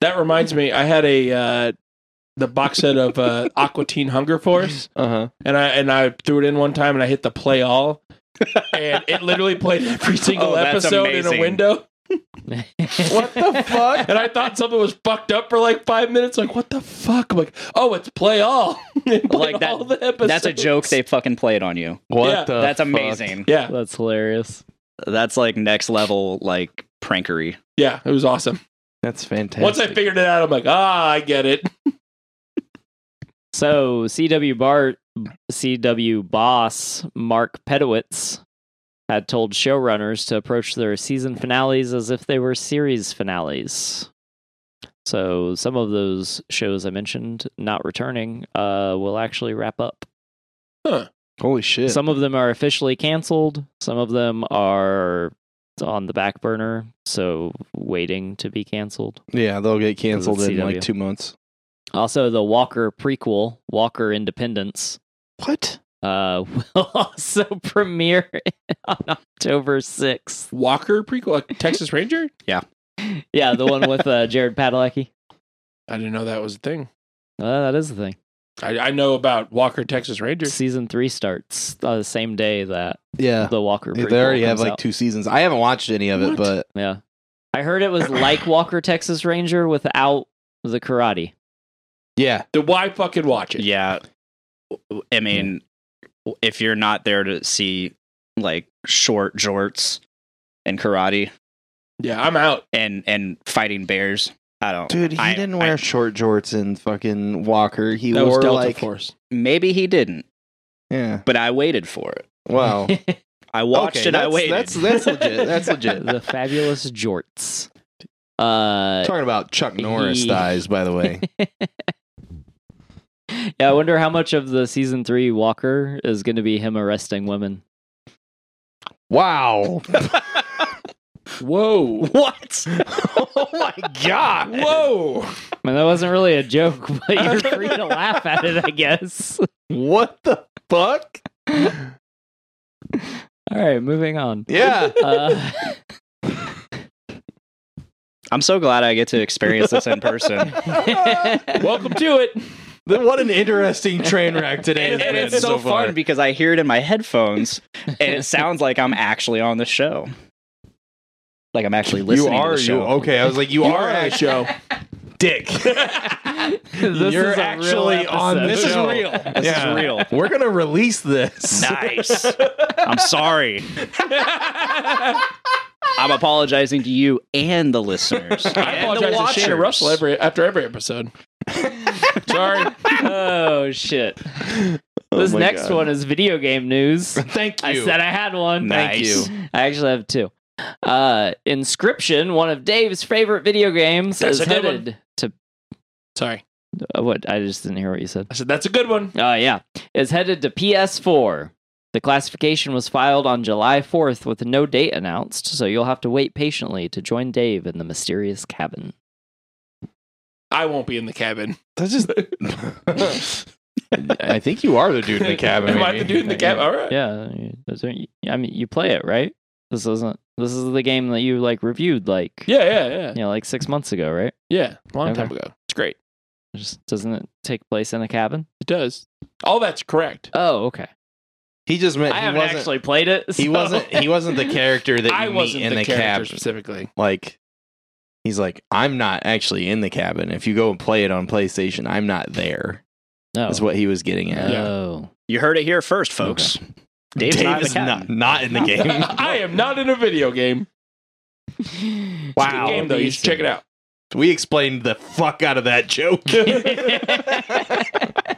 That reminds me, I had a uh, the box set of uh, Aqua Teen Hunger Force,
Uh huh.
and I and I threw it in one time, and I hit the play all, and it literally played every single
Oh, that's
episode in
amazing.
a window. What the fuck? And I thought something was fucked up for like five minutes. Like, what the fuck? I'm like, oh, it's play all. It played
Like that-
all the
That's a
episodes.
joke. They fucking played on you.
What?
Yeah,
the
That's
Oh, fuck?
amazing.
Yeah,
That's hilarious.
That's like next level like prankery.
yeah, it was awesome.
That's fantastic.
Once I figured it out, I'm like, ah, I get it.
So CW Bart, CW boss Mark Pedowitz had told showrunners to approach their season finales as if they were series finales. So some of those shows I mentioned not returning uh, will actually wrap up.
Holy shit.
Some of them are officially canceled. Some of them are on the back burner, so waiting to be canceled.
yeah, they'll get canceled in
CW.
like two months.
Also, the Walker prequel, Walker Independence,
What?
uh, will also premiere on October 6th.
Walker prequel, like Texas Ranger.
Yeah, the one with uh, Jared Padalecki.
I didn't know that was a thing.
Uh, that is the thing.
I, I know about Walker Texas Ranger.
Season three starts uh, the same day that
Yeah.
the Walker
Oh. They
prequel.
already have
comes
like
out.
two seasons. I haven't watched any of it,
What?
but
Yeah. I heard it was like Walker Texas Ranger without the karate.
yeah.
Then why fucking watch it?
Yeah. I mean, if you're not there to see like short jorts and karate
yeah, I'm out.
and and fighting bears, I don't.
Dude, he
I-
didn't
I-
wear short jorts and fucking Walker. He
That was
wore
Delta
like
Force.
maybe he didn't,
yeah.
but I waited for it.
Wow.
I watched
Okay,
it. I
that's-
waited.
That's that's legit. That's legit.
the fabulous jorts. Uh,
Talking about Chuck Norris
He-
thighs, by the way.
yeah, I wonder how much of the season three Walker is going to be him arresting women.
Wow.
Whoa.
what?
oh my god.
Whoa.
I mean, that wasn't really a joke, but you're free to laugh at it, I guess.
What the fuck?
All right, moving on.
Yeah.
Uh,
I'm so glad I get to experience this in person.
Welcome to it.
Then what an interesting train wreck today.
And,
has
and
been
it's so
far.
fun because I hear it in my headphones, and it sounds like I'm actually on the show. Like I'm actually listening
You are
to the show.
you okay. I was like, you,
You
are
are on the
actually
show.
dick.
this
You're
is a real
actually on
episode.
the
This is
show.
real. This
Yeah.
is real.
We're gonna release this.
Nice. I'm sorry. I'm apologizing to you and the listeners.
I apologize to Shana Russell every after every episode. Sorry.
Oh, shit. This
Oh my
next
God.
one is video game news.
Thank you.
I said I had one.
Thank
Nice.
you.
I actually have two. Uh, Inscription, one of Dave's favorite video games,
That's
is
a good one.
headed to
Sorry.
uh, what? I just didn't hear what you said.
I said that's a good one.
Uh, yeah, is headed to PS4. The classification was filed on July 4th with no date announced, so you'll have to wait patiently to join Dave in the mysterious cabin.
I won't be in the cabin.
That's just. I think you are the dude in the cabin.
Am I
maybe.
the dude in the cabin? All right.
Yeah, that's what you- I mean, you play it, right? This isn't. This is the game that you like reviewed, like
Yeah, yeah, yeah.
you know, like six months ago, right?
Yeah. Long
Okay.
time ago. It's great.
Just doesn't it take place in a cabin?
It does. All that's correct.
Oh, okay.
He just meant
I
he
haven't
wasn't.
actually played it.
he
so-
wasn't. He wasn't the character that you
I
meet
wasn't
in
the,
the,
character
cabin.
specifically.
Like he's like, I'm not actually in the cabin. If you go and play it on PlayStation, I'm not there.
No.
Is what he was getting at.
Yeah.
Oh.
You heard it here first, folks. Dave's
Dave
not in the
is
cabin.
not, not in the game.
I am not in a video game. It's a good
Wow.
game though. You should check it out.
we explained the fuck out of that joke.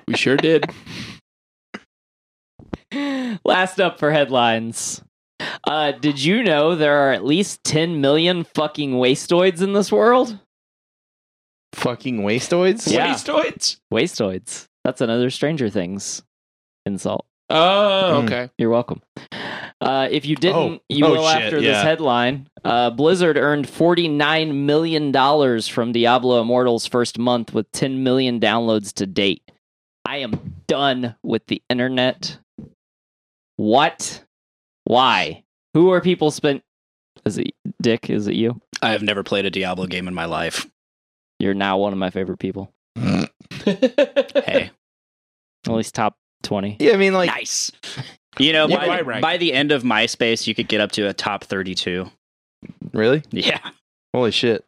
We sure did.
Last up for headlines. Uh, did you know there are at least 10 million fucking wastoids in this world?
Fucking wastoids.
Yeah.
Wastoids.
Wastoids. That's another Stranger Things insult.
Oh,
Mm.
okay.
You're welcome. Uh, if you didn't,
Oh.
you
Oh,
will
shit,
after this
yeah.
headline. Uh, Blizzard earned $49 million from Diablo Immortal's first month with 10 million downloads to date. I am done with the internet. What? Why? Who are people spent? Is it Dick? Is it you?
I have never played a Diablo game in my life.
You're now one of my favorite people.
Hey,
At least top 20.
Yeah, I mean, like,
nice. You know,
Yeah,
by,
I rank.
by the end of MySpace, you could get up to a top 32.
really?
Yeah.
Holy shit!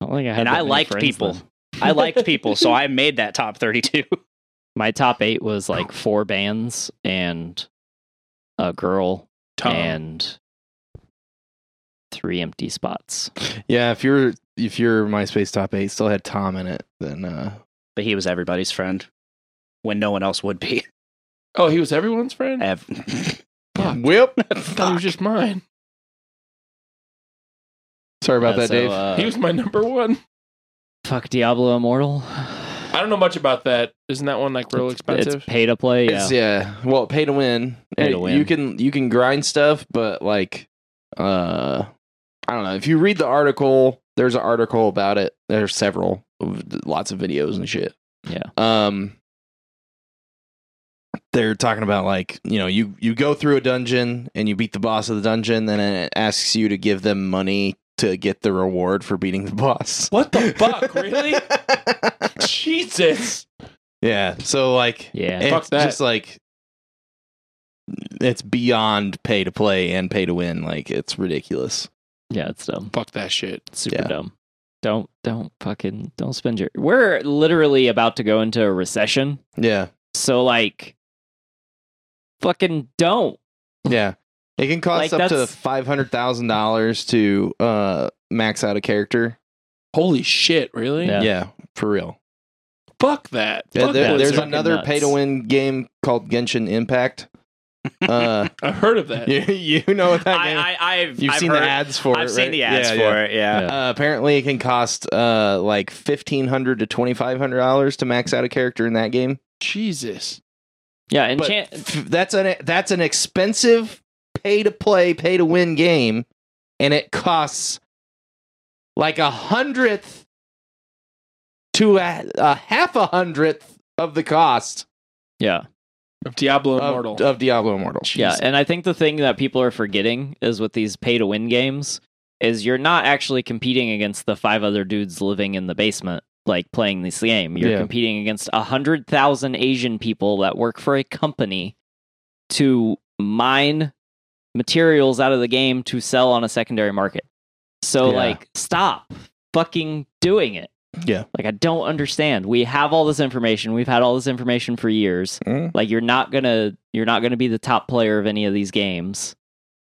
I don't think I had
and
that
I
many
liked
friends
people.
then.
I liked people, so I made that top 32.
My top eight was like four bands and a girl
Tom.
and three empty spots.
Yeah, if you're if your MySpace top eight still had Tom in it, then uh
But he was everybody's friend when no one else would be.
Oh, he was everyone's friend.
Ev-
Fuck.
Whip.
I thought he was just mine.
Sorry about
Uh,
that,
so,
Dave.
uh,
he was my number one.
fuck Diablo Immortal.
I don't know much about that. Isn't that one like real expensive?
It's pay to play. Yeah.
It's, yeah. Well, pay to win.
Pay to
Uh,
win.
You can you can grind stuff, but like, uh, I don't know. If you read the article, there's an article about it. There's several, lots of videos and shit.
Yeah.
Um, they're talking about like you know you you go through a dungeon and you beat the boss of the dungeon, then it asks you to give them money to get the reward for beating the boss.
what the fuck? Really? Jesus.
yeah. So like
yeah.
Hey,
it's
Fuck that.
just like it's beyond pay to play and pay to win. Like it's ridiculous.
Yeah, it's dumb.
Fuck that shit.
It's super
Yeah.
dumb. Don't don't fucking don't spend your We're literally about to go into a recession.
Yeah,
So like fucking don't.
yeah. It can cost
Like,
up to
that's-
five hundred thousand dollars to uh, max out a character.
Holy shit. Really?
Yeah.
Yeah, for real.
Fuck that.
Yeah,
Fuck
there-
that.
there's
Fucking
another
nuts.
pay to win game called Genshin Impact. Uh,
I've heard of that.
you, you know what that game?
I, I, I've,
You've
I've
seen
heard-
the ads for it.
I've seen
right?
the ads
Yeah,
for
yeah.
it, yeah.
Yeah.
Uh, apparently, it can cost uh, like fifteen hundred to twenty five hundred dollars to max out a character in that game.
Jesus.
Yeah, and
but
chan-
f- that's an that's an expensive pay to play, pay to win game, and it costs like a hundredth to a, a half a hundredth of the cost
yeah.
Of Diablo
of,
Immortal.
of Diablo Immortal.
Yeah,
Jeez.
and I think the thing that people are forgetting is with these pay to win games is you're not actually competing against the five other dudes living in the basement like playing this game. You're
Yeah.
competing against a hundred thousand Asian people that work for a company to mine materials out of the game to sell on a secondary market. So
Yeah.
like stop fucking doing it.
Yeah.
Like I don't understand. We have all this information. We've had all this information for years
Mm.
like you're not gonna you're not gonna be the top player of any of these games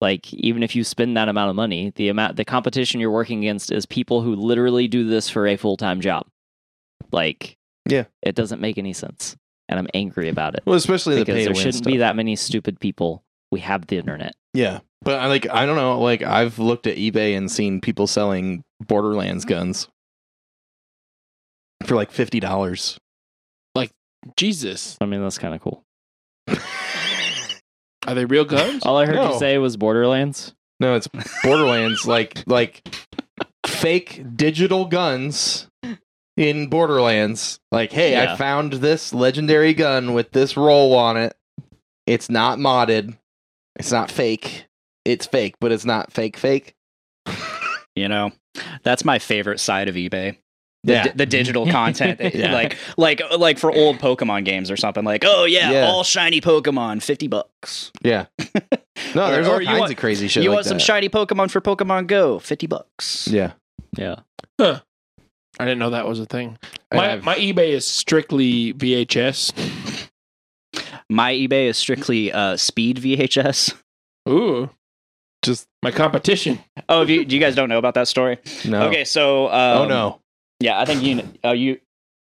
like even if you spend that amount of money the amount the competition you're working against is people who literally do this for a full-time job like
Yeah.
it doesn't make any sense and i'm angry about it
Well, especially the
because
pay to
there
win
shouldn't
stuff.
be that many stupid people we have the internet
Yeah, but I like I don't know. Like I've looked at eBay and seen people selling Borderlands guns for like fifty dollars.
Jesus.
i mean that's kind of cool
Are they real guns?
all i heard
No.
you say was borderlands
No, it's Borderlands, like like fake digital guns in Borderlands. Like, hey,
Yeah.
I found this legendary gun with this roll on it. It's not modded. It's not fake. It's fake, but it's not fake fake.
You know, that's my favorite side of eBay the,
Yeah.
di- the digital content that-
Yeah.
like like like for old pokemon games or something like oh yeah,
Yeah.
all shiny pokemon 50 bucks
Yeah. No,
Or-
there's
or
all
you
kinds
want-
of crazy shit.
you
like
want some
that.
shiny pokemon for pokemon go 50 bucks
Yeah.
Yeah.
I didn't know that was a thing.
And
My,
I've-
my eBay is strictly VHS.
my ebay is strictly uh speed vhs
Ooh,
Just-
my competition.
oh do you, do you guys don't know about that story
no.
okay so um,
oh no.
yeah i think you kn- oh you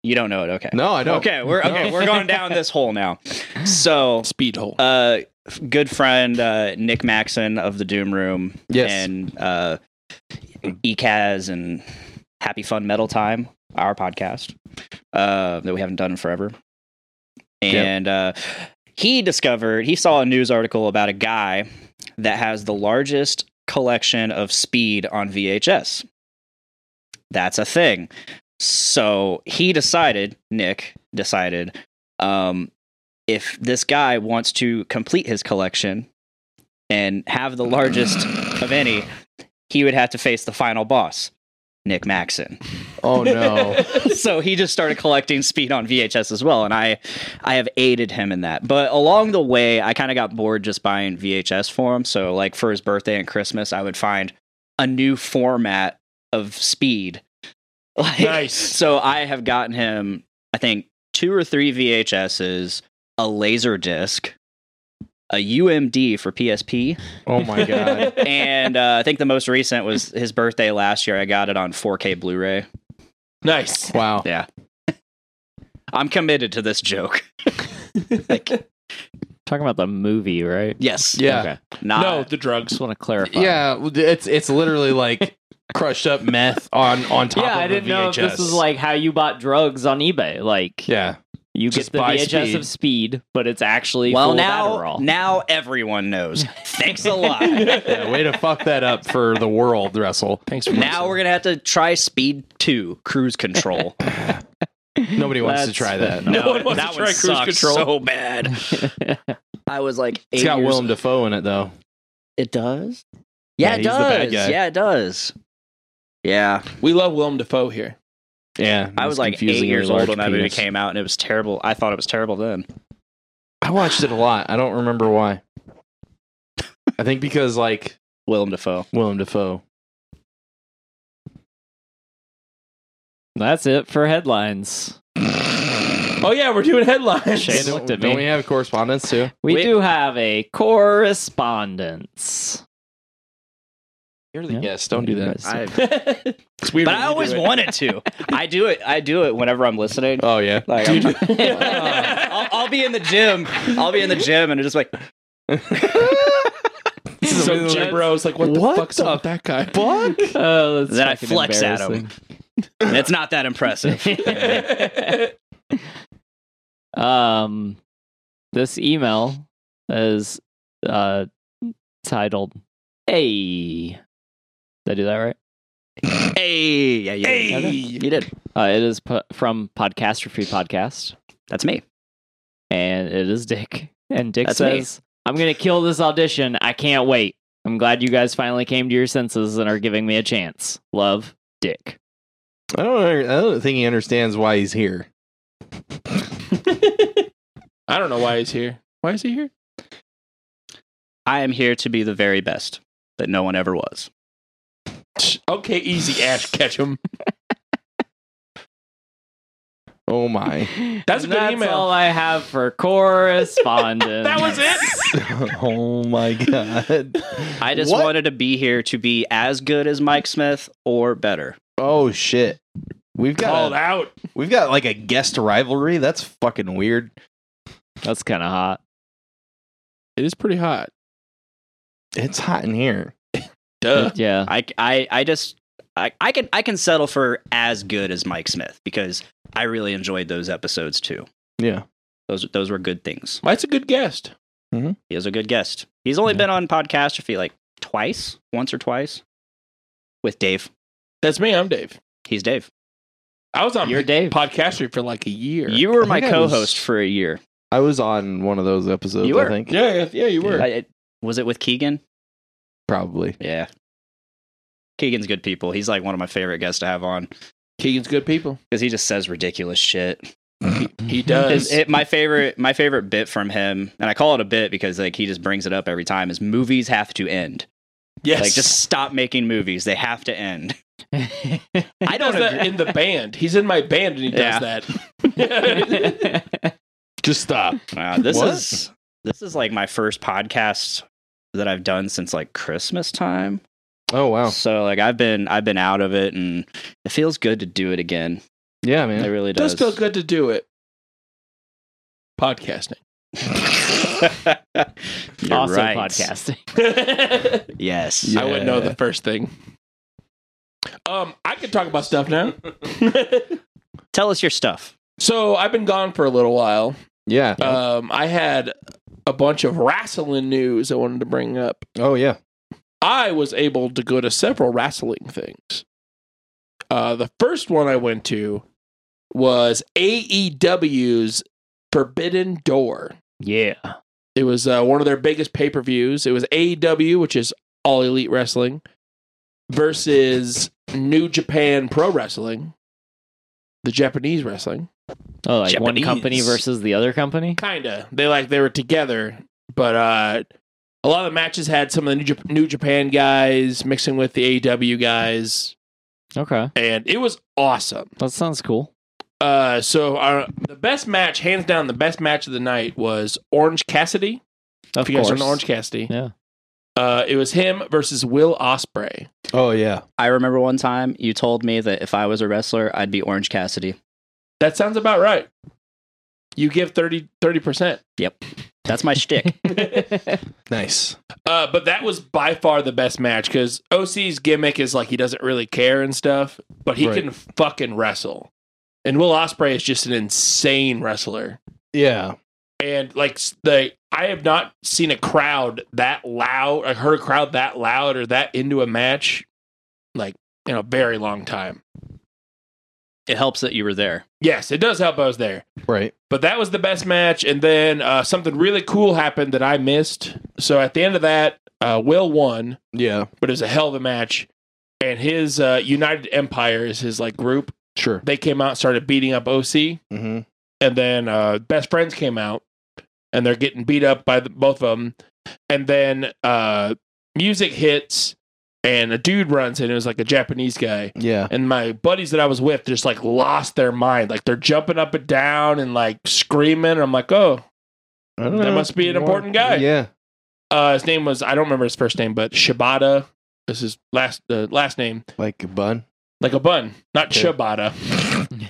you don't know it okay
No, I don't.
okay we're okay we're going down this hole now so
Speed hole.
uh f- good friend uh nick maxon of the doom room
Yes.
and uh ecas and happy fun metal time our podcast uh that we haven't done in forever and uh he discovered he saw a news article about a guy that has the largest collection of speed on vhs that's a thing so he decided nick decided um if this guy wants to complete his collection and have the largest of any, he would have to face the final boss, Nick Maxon.
Oh no.
so he just started collecting speed on VHS as well, and I, I have aided him in that. But along the way, I kind of got bored just buying VHS for him. So like for his birthday and Christmas, I would find a new format of speed. Like,
Nice.
So I have gotten him, I think, two or three VHSs, a laser disc, a UMD for PSP,
Oh my god.
and uh, I think the most recent was his birthday last year. I got it on 4K Blu-ray.
nice.
Wow.
Yeah. I'm committed to this joke.
Talking about the movie, right?
Yes.
Yeah.
Okay.
Not
no, the drugs.
Just want to clarify.
Yeah, well, it's it's literally like crushed up meth on on top.
Yeah,
of
I
a
didn't know if this
VHS.
was like how you bought drugs on eBay. Like,
Yeah,
you
Just
get the
buy
VHS
speed.
of speed, but it's actually
well,
full of
now
Adderall.
now everyone knows. Thanks a lot.
yeah. Way to fuck that up for the world, Russell.
Thanks for
now we're gonna have to try Speed Two Cruise Control.
Nobody wants to
That's-
try that.
No one wants
that
to
one
try Cruise
sucks
Control.
so bad. I was like, eight
It's got
years-
Willem Dafoe in it though.
It does. Yeah,
Yeah,
it
he's the bad
does.
guy.
Yeah, it does. Yeah,
we love Willem Dafoe here.
Yeah,
I was
it's
like eight
confusingly
years
large
old when that movie
penis.
came out, and it was terrible. I thought it was terrible then.
I watched it a lot. I don't remember why. I think because like
Willem Dafoe.
Willem Dafoe.
That's it for headlines.
Oh yeah, we're doing headlines.
Shane
And
looked
don't,
at me.
don't we have correspondence too?
We
Wait.
do have a correspondence.
You're the
Yeah.
guest. Don't do that.
I,
It's weird
but
when
I
you do
always
it.
wanted to. I do it. I do it whenever I'm listening.
Oh yeah.
Like, I'm- I'll, I'll be in the gym. I'll be in the gym, and it's just like,
So Jim Bro's like, what the
What
fuck's
the
up with that guy?
Fuck.
Oh, that's
Then I
fucking
flex at 'em.
embarrassing.
it's not that impressive.
um, this email is uh titled "Hey." Did I do that right?
hey, yeah, you did.
Hey.
you did.
Uh, it is po- from Podcastrophy Podcast,
That's me.
and it is Dick. And Dick
That's me.
says, "I'm gonna kill this audition. I can't wait. I'm glad you guys finally came to your senses and are giving me a chance. Love, Dick."
I don't. under- I don't think he understands why he's here.
I don't know why he's here. Why is he here?
I am here to be the very best that no one ever was.
Okay, easy, Ash Ketchum.
Oh my.
That's a
And
good email.
all I have for correspondence.
That was it.
oh my god.
I just
What?
wanted to be here to be as good as Mike Smith or better.
Oh shit. We've got
Called
a,
out.
we've got like a guest rivalry. That's fucking weird.
That's kind of hot.
It is pretty hot.
It's hot in here.
Duh.
Yeah.
I, I, I just I, I can I can settle for as good as Mike Smith because I really enjoyed those episodes too.
Yeah.
Those those were good things.
Mike's a good guest.
He was a good guest. He's only
Yeah.
been on Podcastrophe like twice, once or twice, with Dave.
That's me. I'm Dave.
He's Dave.
I was on
You're Dave.
podcastry for like a year.
You were
I
my
think I was-
co-host for a year.
I was on one of those episodes,
You were.
I think.
Yeah, yeah, yeah, you were.
I, it- was it with Keegan?
Probably.
Yeah. Keegan's good people. He's like one of my favorite guests to have on.
Keegan's good people.
because he just says ridiculous shit.
He does.
Is it my favorite? My favorite bit from him, and I call it a bit because like he just brings it up every time. Is movies have to end?
yes.
Like just stop making movies. They have to end.
I don't that in the band. He's in my band and he
Yeah.
does that.
Just stop.
Wow, Uh, this
What?
is this is like my first podcast that I've done since like Christmas time.
Oh wow.
So like I've been I've been out of it, and it feels good to do it again.
Yeah,
It
man.
really
It does
does.
feel good to do it. Podcasting.
You're
also
right.
podcasting.
Yes.
Yeah.
I wouldn't know the first thing. Um, I could talk about stuff now.
Tell us your stuff.
so I've been gone for a little while.
Yeah.
Um, I had a bunch of wrestling news I wanted to bring up.
Oh yeah.
I was able to go to several wrestling things. Uh, the first one I went to was AEW's Forbidden Door.
yeah.
It was uh, one of their biggest pay per views. It was AEW, which is All Elite Wrestling, versus New Japan Pro Wrestling, the Japanese wrestling.
Oh, like one
Japanese.
company versus the other company.
Kinda. They like they were together, but uh, a lot of the matches had some of the New, Jap- New Japan guys mixing with the AEW guys,
Okay,
and it was awesome.
that sounds cool.
Uh, so our, the best match, hands down, the best match of the night was Orange Cassidy.
Of
if you guys
course.
remember Orange Cassidy,
Yeah.
Uh, it was him versus Will Osprey.
Oh yeah.
I remember one time you told me that if I was a wrestler, I'd be Orange Cassidy.
That sounds about right. You give 30 percent.
That's my shtick.
Nice.
Uh, but that was by far the best match because OC's gimmick is like he doesn't really care and stuff, but he
Right.
can fucking wrestle. And Will Osprey is just an insane wrestler.
Yeah.
and like s- the I have not seen a crowd that loud, I heard a crowd that loud or that into a match, like in a very long time.
it helps that you were there.
Yes, it does help I was there,
Right.
but that was the best match. And then uh, something really cool happened that I missed. So at the end of that, uh, Will won,
Yeah.
but it was a hell of a match. And his uh, United Empire is his like group.
Sure.
They came out, and started beating up OC,
Mm-hmm.
and then uh, best friends came out and they're getting beat up by the, both of them and then uh, music hits and a dude runs in it was like a japanese guy
Yeah.
and my buddies that i was with just like lost their mind like they're jumping up and down and like screaming and i'm like oh
I don't
That must be an important guy.
Yeah.
uh, his name was i don't remember his first name but shibata is his last uh, last name
Like a bun.
like a bun not
Okay.
shibata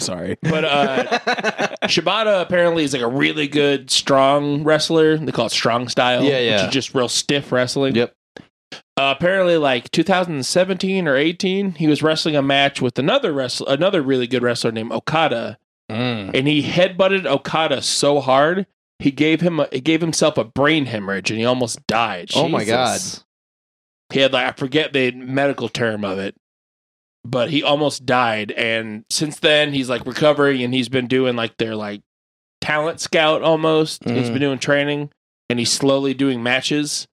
Sorry.
but uh Shibata apparently is like a really good strong wrestler. They call it strong style.
Yeah, yeah.
Which is just real stiff wrestling.
yep.
Uh, apparently, like 2017 or 18, he was wrestling a match with another wrestler, another really good wrestler named Okada,
Mm.
and he headbutted Okada so hard he gave him a, it gave himself a brain hemorrhage, and he almost died.
Oh my God.
He had like I forget the medical term of it, but he almost died. And since then, he's like recovering, and he's been doing like their like talent scout almost. He's
Mm.
been doing training, and he's slowly doing matches.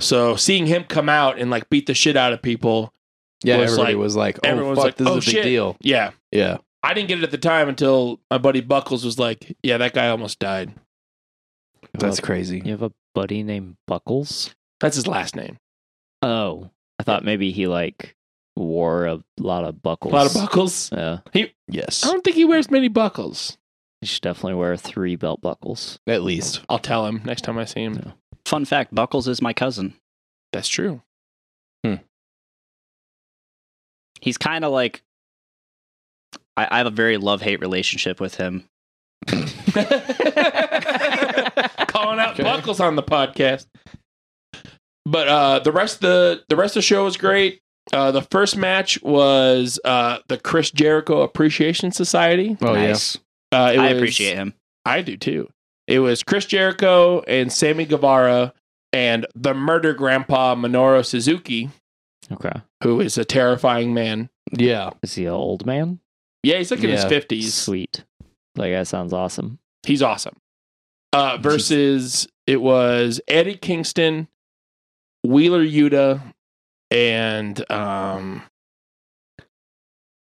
So seeing him come out and like beat the shit out of people,
Yeah.
was
everybody
like-
was like, "Oh
everyone's
fuck,
like,
this
"Oh,
is a big
shit."
deal."
yeah,
Yeah.
I didn't get it at the time until my buddy Buckles was like, "Yeah, that guy almost died."
That's crazy.
You have a buddy named Buckles.
That's his last name.
Oh, I thought maybe he like wore a lot of
A
buckles.
lot of buckles.
Yeah,
I
Yes.
don't think he wears many buckles.
you should definitely wear three belt buckles.
At least.
I'll tell him next time I see him.
Fun fact Buckles is my cousin.
That's true.
He's kind of like, I, I have a very love hate relationship with him.
Oh,
calling out
Okay.
buckles on the podcast but uh the rest of the the rest of the show was great uh the first match was uh the chris jericho appreciation society
Oh
nice.
uh it
I
was-
appreciate him.
i do too it was chris jericho and sammy guevara and the murder grandpa minoru suzuki
Okay,
who is a terrifying man
yeah.
is he an old man?
yeah he's like in his
Yeah.
50s
Sweet. Like that sounds awesome.
He's awesome. Uh, versus it was Eddie Kingston, Wheeler Yuta, and um,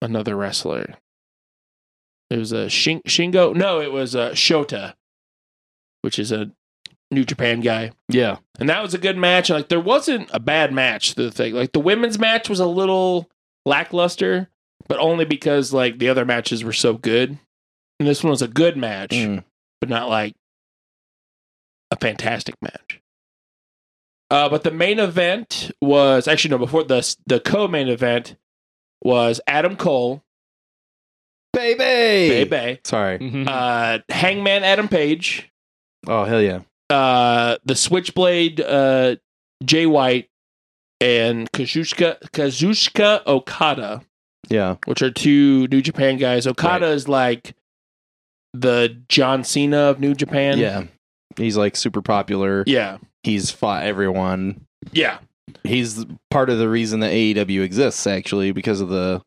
another wrestler. It was a Shin- Shingo. No, it was a Shota, which is a New Japan guy.
Yeah.
And that was a good match. Like there wasn't a bad match to the thing. Like the women's match was a little lackluster, but only because like the other matches were so good. And this one was a good match,
Mm.
but not like a fantastic match. Uh, but the main event was actually no before the the co-main event was Adam Cole,
Baby.
Bebe,
Sorry.
uh, Hangman Adam Page,
Oh hell yeah.
uh, the Switchblade, uh, Jay White, and Kazuchika Kazuchika Okada,
Yeah.
which are two New Japan guys. Okada is like the John Cena of New Japan.
yeah. He's like super popular.
yeah,
He's fought everyone.
yeah.
He's part of the reason that AEW exists actually because of the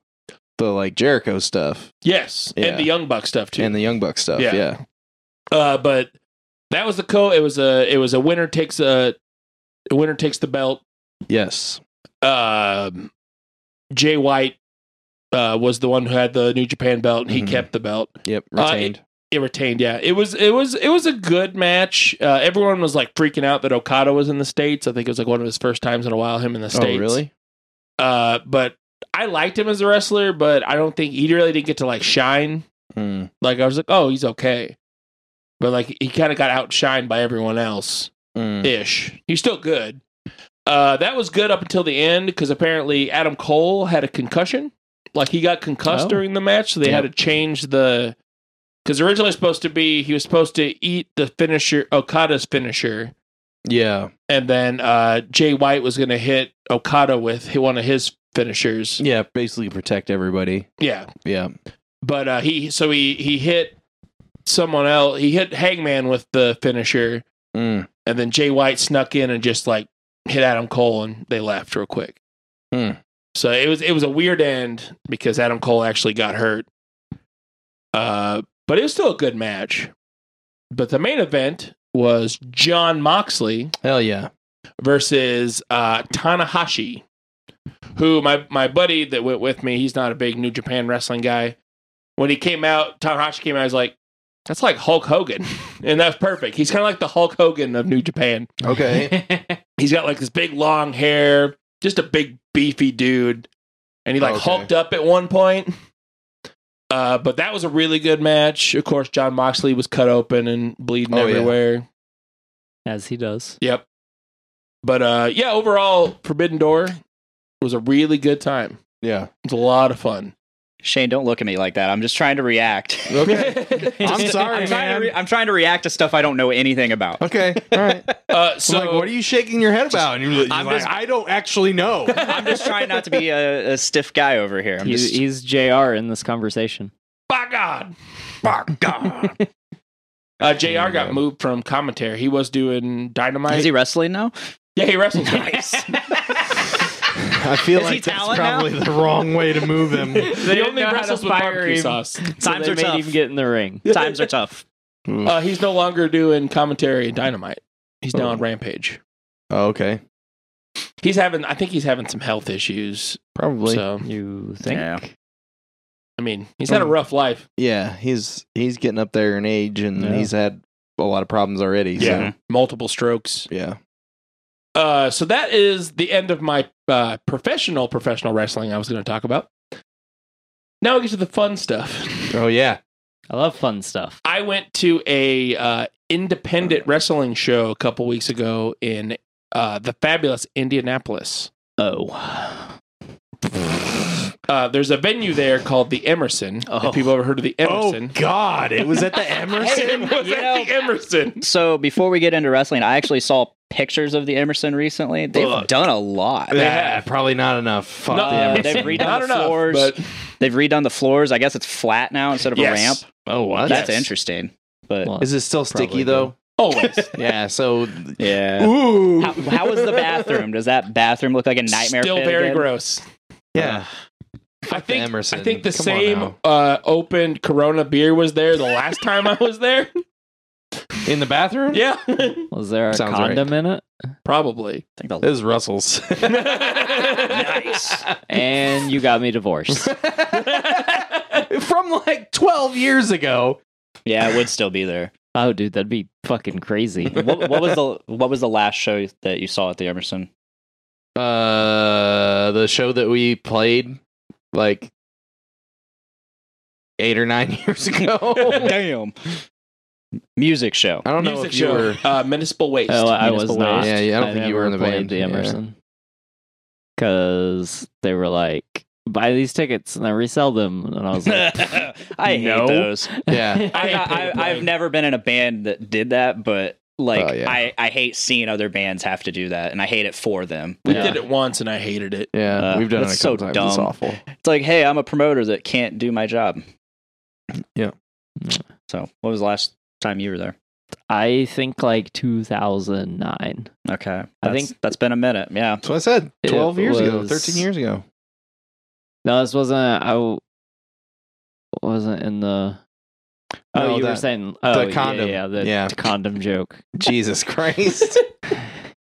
the like Jericho stuff
Yes,
Yeah.
and the Young Buck stuff too.
and the Young Buck stuff.
Yeah.
Yeah.
uh, but that was the co. It was a it was a winner takes a, a winner takes the belt.
Yes.
um, Jay White uh, was the one who had the New Japan belt, and he
Mhm.
kept the belt.
Yep.
Uh,
Retained.
It retained. Yeah, it was it was it was a good match. Uh, everyone was like freaking out that Okada was in the states. I think it was like one of his first times in a while him in the
oh
states.
really?
Uh, but I liked him as a wrestler, but I don't think he really didn't get to like shine.
Mm.
Like I was like, oh, he's okay, but like he kind of got outshined by everyone else
Mm.
ish. He's still good. Uh, that was good up until the end because apparently Adam Cole had a concussion. Like he got concussed
Oh.
during the match, so they had to
Yep.
change the. Because originally it was supposed to be he was supposed to eat the finisher Okada's finisher,
Yeah.
and then uh, Jay White was going to hit Okada with one of his finishers.
Yeah. Basically protect everybody.
Yeah,
Yeah.
but uh, he so he he hit someone else. He hit Hangman with the finisher,
Mm.
and then Jay White snuck in and just like hit Adam Cole, and they left real quick.
Hmm.
So it was it was a weird end because Adam Cole actually got hurt. Uh, but it was still a good match. But the main event was John Moxley
Hell yeah.
versus uh, Tanahashi, who my my buddy that went with me. He's not a big New Japan wrestling guy. When he came out, Tanahashi came out. I was like, "That's like Hulk Hogan," and that's perfect. He's kind of like the Hulk Hogan of New Japan.
Okay.
He's got like this big long hair, just a big beefy dude, and he like
Oh, Okay.
hulked up at one point. Uh, but that was a really good match. Of course, John Moxley was cut open and bleeding
Oh, yeah.
everywhere.
As he does.
Yep. But uh, yeah, overall, Forbidden Door was a really good time.
yeah.
It was a lot of fun.
Shane, don't look at me like that. I'm just trying to react.
Okay.
I'm sorry,
I'm trying, to
man.
re- I'm trying to react to stuff I don't know anything about.
Okay. All right.
uh, so
So, like, what are you shaking your head about? And you're, you're
I'm
like,
just-
I don't actually know.
I'm just trying not to be a, a stiff guy over here. I'm
He's,
just
he's JR in this conversation.
by God,
God.
uh, Jr.
Yeah.
got moved from commentary. He was doing Dynamite.
Is he wrestling now?
yeah, he wrestled.
I feel
Is he
like that's
talent now?
probably the wrong way to move him.
he only wrestles with barbecue sauce.
So
Times
they
are
made
tough.
him get in the ring.
Times are tough.
Uh, he's no longer doing commentary and Dynamite. He's now on
Oh.
Rampage.
Oh, okay.
He's having. I think he's having some health issues.
Probably.
So
You think?
Yeah.
I mean, he's had a
Mm.
rough life.
Yeah, he's he's getting up there in age and
Yeah.
he's had a lot of problems already.
Yeah.
Yeah.
Multiple strokes.
So, yeah.
Uh, so that is the end of my uh, professional professional wrestling I was going to talk about. Now we get to the fun stuff.
Oh yeah.
I love fun stuff.
I went to a uh, independent wrestling show a couple weeks ago in uh, the fabulous Indianapolis.
Oh.
Uh, there's a venue there called the Emerson.
Oh.
If people ever heard of the Emerson,
Oh, God! It was at the
it was
You
at
know-
the Emerson.
So before we get into wrestling, I actually saw pictures of the Emerson recently. They've
Ugh.
done a lot.
They
yeah,
have-
probably not enough. Fuck
No,
the Emerson.
they've redone
Not
the
enough,
floors.
but
They've redone the floors. I guess it's flat now instead of
Yes.
a ramp.
Oh what?
That's
Yes.
interesting. But
Well,
Is it still
Probably
sticky though?
always.
yeah. So
yeah.
ooh.
How, how was the bathroom? Does that bathroom look like a nightmare?
Still
pit
very
again?
gross.
Yeah.
I think
Emerson.
I think the
Come on
same
now.
uh, open Corona beer was there the last time I was there.
In the bathroom?
Yeah,
Was there a
Sounds right.
condom in it?
probably.
I think the-
This is Russell's.
nice.
And you got me divorced.
from like 12 years ago.
Yeah, it would still be there.
Oh, dude, that'd be fucking crazy.
What, what was the What was the last show that you saw at the Emerson?
Uh, the show that we played like eight or nine years ago.
Oh,
I
Damn, music show.
don't know
Music
if you
show.
were.
Uh, municipal waste.
Oh, I was
Municipal
not.
Waste.
Yeah, yeah, I don't think you
never
were in the
played
band,
The
yeah.
Emerson, because they were like, buy these tickets and I resell them, and I was like,
I hate
No.
those.
Yeah.
I
I,
ain't pay
I,
to
I,
play.
have never been in a band that did that, but like
Oh, yeah.
I, I hate seeing other bands have to do that, and I hate it for them.
We
Yeah.
did it once and I hated it.
Yeah,
Uh,
we've done it a couple
that's so
times. It's
dumb.
awful.
It's like, hey, I'm a promoter that can't do my job.
Yeah.
So, what was the last time you were there?
I think like 2009.
Okay,
I
That's-
think-
that's been a minute. Yeah,
That's what I said.
It
12 years ago,
was-
13 years ago.
No, this wasn't. I w- wasn't in the. Oh,
No,
you were
that-
saying oh, yeah,
condom.
Yeah, the
Yeah.
condom joke.
Jesus Christ.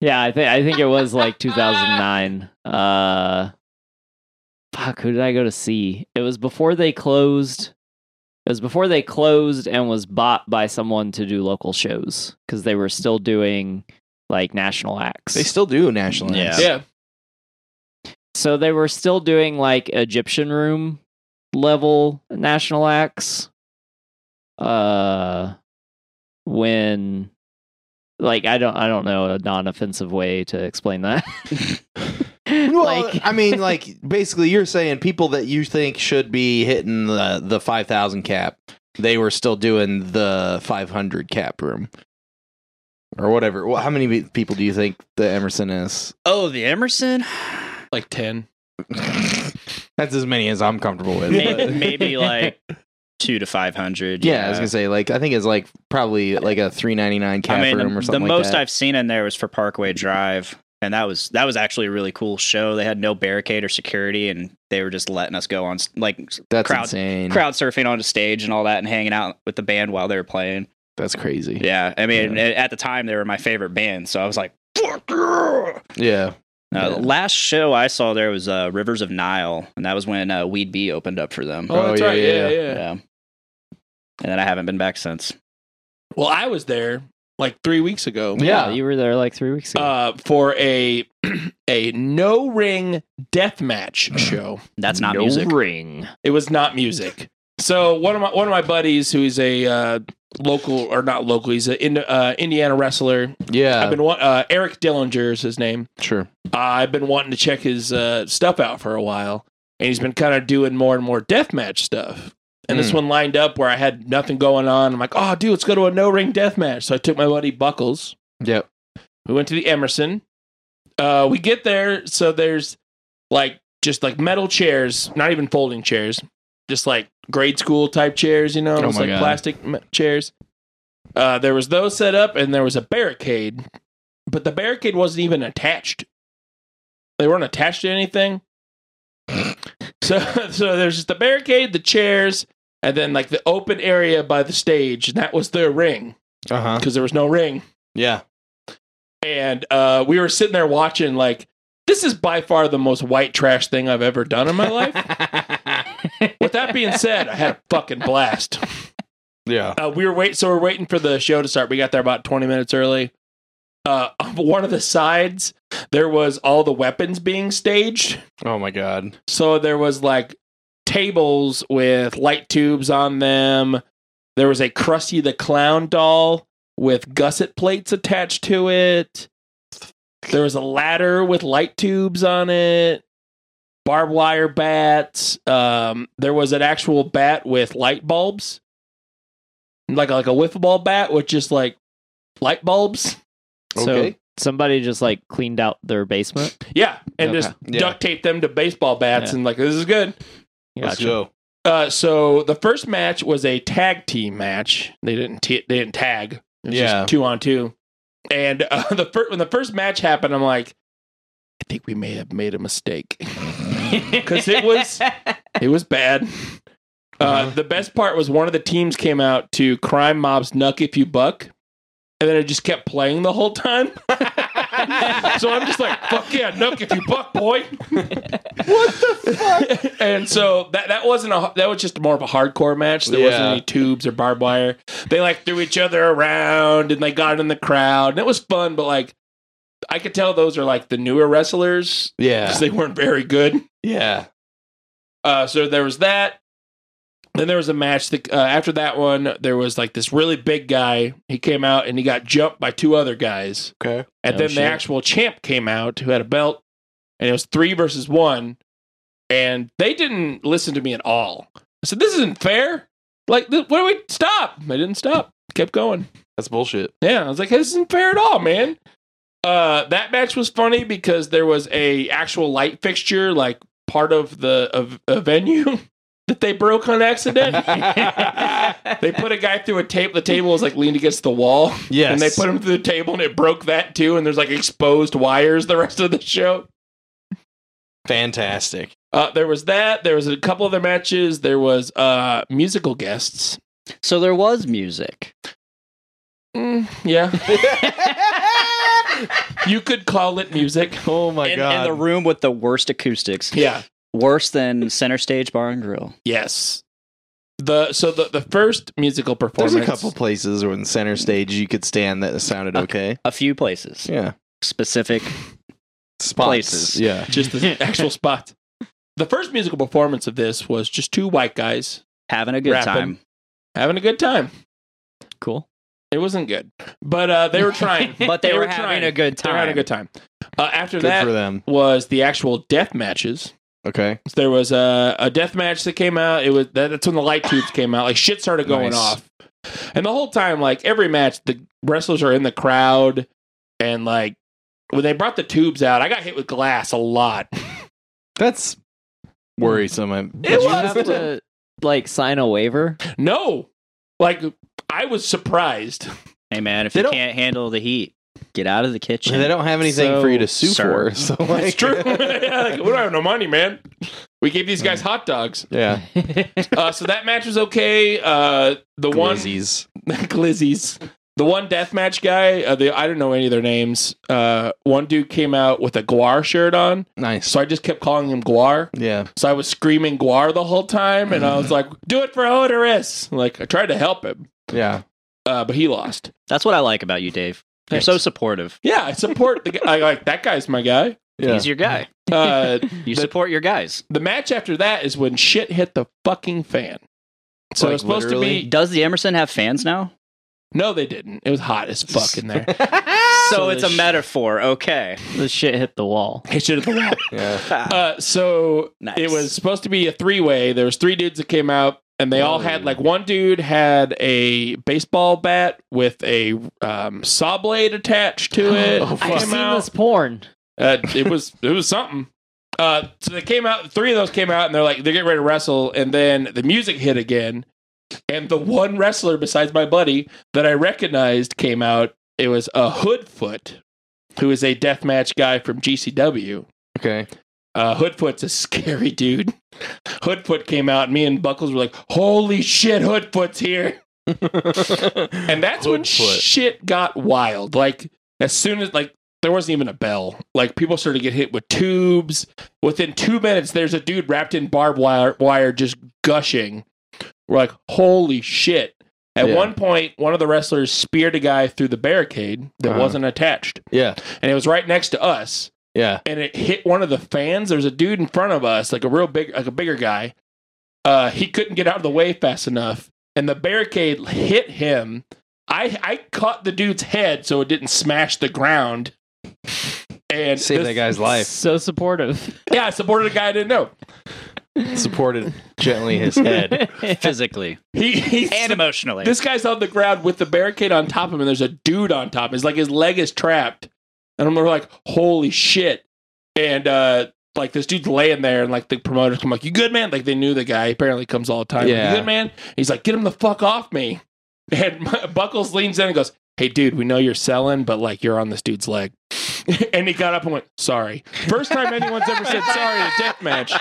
Yeah, I think I think it was like 2009. Uh, fuck, who did I go to see? It was before they closed. It was before they closed and was bought by someone to do local shows because they were still doing like national acts.
they still do national
Yeah.
acts.
Yeah.
So they were still doing like Egyptian room level national acts. Uh when like I don't I don't know a non-offensive way to explain that.
Well,
like
I mean, like basically, you're saying people that you think should be hitting the the five thousand cap, they were still doing the five hundred cap room, or whatever. Well, how many be- people do you think the Emerson is?
Oh, the Emerson?
Like 10.
That's as many as I'm comfortable with.
maybe,
but-
maybe like two to five hundred.
yeah, I was gonna say like I think it's like probably like a three ninety nine cap
I mean,
room or
the
something. like
most
that.
I've seen in there was for Parkway Drive, and that was that was actually a really cool show. They had no barricade or security, and they were just letting us go on s- like s-
that's
crowd-
insane.
crowd surfing onto stage and all that, and hanging out with the band while they were playing.
That's crazy.
Yeah, I mean, a- at the time they were my favorite band, so I was like, "Fuck yeah!"
yeah.
Uh,
Yeah.
the Last show I saw there was uh, Rivers of Nile, and that was when uh, Weed Bee opened up for them.
Oh,
Oh,
that's
yeah,
right.
yeah,
Yeah, yeah.
yeah.
Yeah, and then I haven't been back since.
Well, I was there like three weeks ago.
yeah, you were there like 3 weeks ago.
Uh, for a a no ring death match show.
That's not music.
ring.
It was not music. So one of my one of my buddies who is a uh, local or not local, he's an in, uh, Indiana wrestler.
yeah.
I've been wa- uh, Eric Dillinger is his name.
sure.
I've been wanting to check his uh, stuff out for a while, and he's been kind of doing more and more deathmatch stuff. And this
Mm.
one lined up where I had nothing going on. I'm like, oh, dude, let's go to a no ring deathmatch. So I took my buddy Buckles.
Yep.
We went to the Emerson. Uh, we get there, so there's like just like metal chairs, not even folding chairs, just like grade school type chairs, you know,
Oh
almost
my
like
God.
plastic m- chairs. Uh, there was those set up, and there was a barricade, but the barricade wasn't even attached. They weren't attached to anything. so, so there's just the barricade, the chairs, and then like the open area by the stage, and that was their ring
Uh huh.
because there was no ring
Yeah.
and uh, we were sitting there watching like this is by far the most white trash thing i've ever done in my life with that being said i had a fucking blast
yeah.
uh, we were waiting so we are waiting for the show to start we got there about 20 minutes early uh, on one of the sides there was all the weapons being staged
Oh my god.
so there was like tables with light tubes on them there was a krusty the clown doll with gusset plates attached to it There was a ladder with light tubes on it, barbed wire bats. Um, there was an actual bat with light bulbs, like like a wiffle ball bat with just like light bulbs.
Okay.
Somebody just like cleaned out their basement.
Yeah, and
Okay.
just
Yeah.
duct tape them to baseball bats
Yeah.
and like this is good.
Let's
Gotcha.
go.
Uh, so the first match was a tag team match. They didn't t- they didn't tag. It was
Yeah.
just two on two. And uh, the first when the first match happened, I'm like, I think we may have made a mistake because it was it was bad. Uh,
Uh-huh.
The best part was one of the teams came out to Crime Mob's "Nuck If You Buck," and then it just kept playing the whole time. so I'm just like, fuck yeah, nuke if you buck, boy. what the fuck? and so that that wasn't a that was just more of a hardcore match. There wasn't
Yeah.
any tubes or barbed wire. They like threw each other around and they got in the crowd and it was fun, but like I could tell those are like the newer wrestlers
yeah.
because they weren't very good.
Yeah.
Uh, so there was that. Then there was a match that uh, after that one, there was like this really big guy. He came out and he got jumped by two other guys.
Okay.
And
Oh,
then
shit.
the actual champ came out who had a belt, and it was three versus one. And they didn't listen to me at all. I said, "This isn't fair. Like, th- what do we stop?" They didn't stop. Kept going.
That's bullshit.
Yeah, I was like, this isn't fair at all, man. Uh, that match was funny because there was a actual light fixture, like part of the of a venue that they broke on accident. they put a guy through a tape. The table was like leaned against the wall,
Yes.
and they put him through the table, and it broke that too. And there's like exposed wires the rest of the show.
fantastic.
Uh, there was that. There was a couple other matches. There was uh, musical guests.
So there was music.
Mm, yeah, you could call it music.
oh my
in, in
god.
the room with the worst acoustics,
Yeah.
worse than Center Stage Bar and Grill.
Yes. The so the, the first musical performance.
There's a couple places where in center stage you could stand that sounded okay.
A few places,
Yeah.
specific.
Spots.
Places.
Yeah.
just the actual spots. The first musical performance of this was just two white guys
Having a good
Rapping.
time.
having a good time.
cool.
It wasn't good, but uh, they were trying.
But they,
They
were,
were
having
trying.
a good
they
time.
were having a good time. Uh, after
Good
that
for them.
was the actual death matches.
Okay.
So there was a, a death match that came out. It was that, that's when the light tubes came out. Like shit started going
Nice.
off, and the whole time, like every match, the wrestlers are in the crowd, and like when they brought the tubes out, I got hit with glass a lot.
That's worrisome. I-
It
Did you
was-
have to like sign a waiver?
No, like I was surprised.
Hey man, if
They
you
don't-
can't handle the heat, get out of the kitchen.
They don't have anything for you to sue
sir.
for. So
It's
like,
true. Like, we don't have no money, man. We gave these guys hot dogs.
Yeah.
Uh, so that match was okay. Uh, the one
Glizzies.
glizzies. The one deathmatch guy, uh, the I don't know any of their names. Uh, one dude came out with a Guar shirt on,
Nice.
so I just kept calling him Guar.
Yeah.
So I was screaming Guar the whole time, and I was like, "Do it for Odorous!" Like I tried to help him,
Yeah.
uh, but he lost.
That's what I like about you, Dave. You're
Thanks.
so supportive.
Yeah, I support the guy. I like that guy's my guy.
Yeah.
He's your guy.
Uh,
You
The-
support your guys.
the match after that is when shit hit the fucking fan. So
Like,
it was supposed
literally?
to be
Does the Emerson have fans now?
no, they didn't. It was hot as fuck in there.
So,
So
it's
the
a
sh-
metaphor. Okay.
the shit hit the wall.
It should have been hot.
Yeah.
Uh, so
Nice.
It was supposed to be a three way. There was three dudes that came out, and they all had
Whoa.
like one dude had a baseball bat with a um, saw blade attached to it.
Oh, fuck.
Came
I've seen
out.
this porn.
Uh, it was it was something. Uh, so they came out. Three of those came out, and they're like they're getting ready to wrestle, and then the music hit again, and the one wrestler besides my buddy that I recognized came out. It was a Hoodfoot, who is a deathmatch guy from GCW.
Okay.
Uh, Hoodfoot's a scary dude. Hoodfoot came out. and Me and Buckles were like, "Holy shit, Hoodfoot's here!" And that's when
Hoodfoot.
shit got wild. Like as soon as like there wasn't even a bell. Like people started to get hit with tubes. Within two minutes, there's a dude wrapped in barbed wire, wire just gushing. We're like, "Holy shit!" At
Yeah.
one point, one of the wrestlers speared a guy through the barricade that
Uh-huh.
wasn't attached,
Yeah.
and it was right next to us
Yeah.
and it hit one of the fans. There's a dude in front of us, like a real big, like a bigger guy. Uh, he couldn't get out of the way fast enough, and the barricade hit him. I I caught the dude's head so it didn't smash the ground. And
Saved
this-
that guy's life.
So supportive.
Yeah, I supported a guy I didn't know.
Supported gently his head.
physically
He, he
and emotionally.
this guy's on the ground with the barricade on top of him, and there's a dude on top. It's like his leg is trapped, and I'm like, holy shit! And uh, like this dude's laying there, and like the promoters come like, you good man? Like they knew the guy. He apparently comes all the time.
Yeah.
You good man? He's like, get him the fuck off me. And my, Buckles leans in and goes, hey dude, we know you're selling, but like you're on this dude's leg. and he got up and went, sorry. First time anyone's ever said sorry in a death match.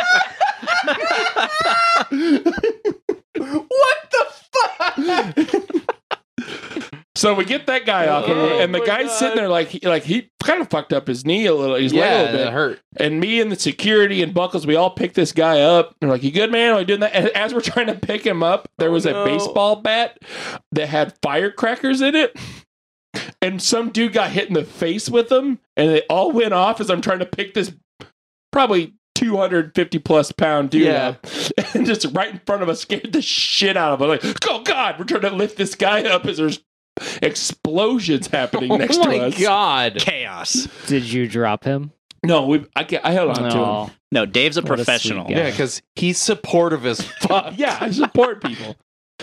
what the fuck? So we get that guy off, and-
Oh
and the
my
guy's
God.
sitting there like, he, like he kind of fucked up his knee a little, his leg a
yeah,
little bit.
that hurt.
And me and the security and Buckles, we all pick this guy up. And we're like, "You good, man?" Are we doing that? And as we're trying to pick him up, there was
Oh, no.
a baseball bat that had firecrackers in it, and some dude got hit in the face with them, and it all went off as I'm trying to pick this probably 250 plus pound dude
Yeah.
up, and just right in front of us scared the shit out of us. Like, oh god, we're trying to lift this guy up as there's explosions happening next
oh my
to us.
god.
Chaos.
Did you drop him?
No, we, I, ca- I held on to him.
No.
No, Dave's a
What a sweet
professional.
guy.
Yeah, because he's supportive as fuck.
yeah, I support people.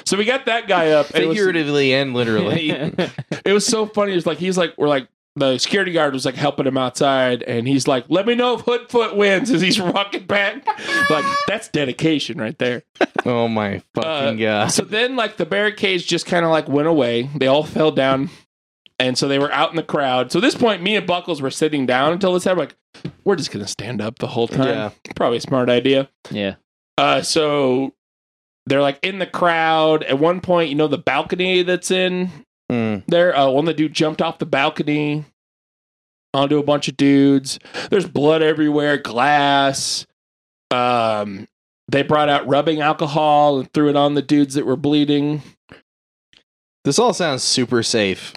So we got that guy up. and It was,
Figuratively and literally.
it was so funny. It's like he's like we're like the security guard was like helping him outside, and he's like, "Let me know if Hood Foot wins." As he's walking back, like that's dedication right there.
oh my
Uh,
fucking god.
So then, like the barricades just kind of like went away. They all fell down, and so they were out in the crowd. So at this point, me and Buckles were sitting down until this happened. Like we're just gonna stand up the whole time.
Yeah.
Probably a smart idea.
Yeah.
Uh, so they're like in the crowd. At one point, you know the balcony that's in
Mm.
there. Uh, one of the dude jumped off the balcony onto a bunch of dudes. There's blood everywhere, glass. Um, they brought out rubbing alcohol and threw it on the dudes that were bleeding.
This all sounds super safe.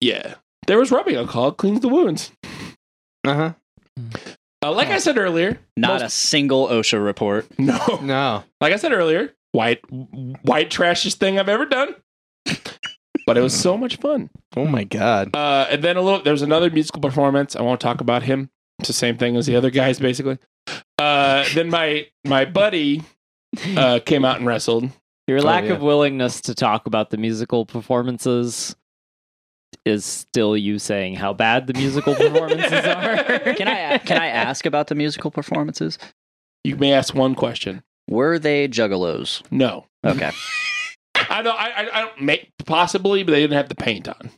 Yeah, there was rubbing alcohol. It Cleans the wounds.
Uh
Uh-huh.
huh.
Uh, like I said earlier,
Not
most-
a single OSHA report.
no.
No.
Like I said earlier, white white trashiest thing I've ever done. but it was so much fun.
Oh my god.
Uh, and then a little, there's another musical performance. I won't talk about him. It's the same thing as the other guys, basically. Uh, then my my buddy uh, came out and wrestled.
Your
Oh,
lack
yeah.
of willingness to talk about the musical performances is still you saying how bad the musical performances are.
Can I can I ask about the musical performances?
You may ask one question.
Were they juggalos?
No,
Okay,
I don't. I, I, I don't make possibly, but they didn't have the paint on.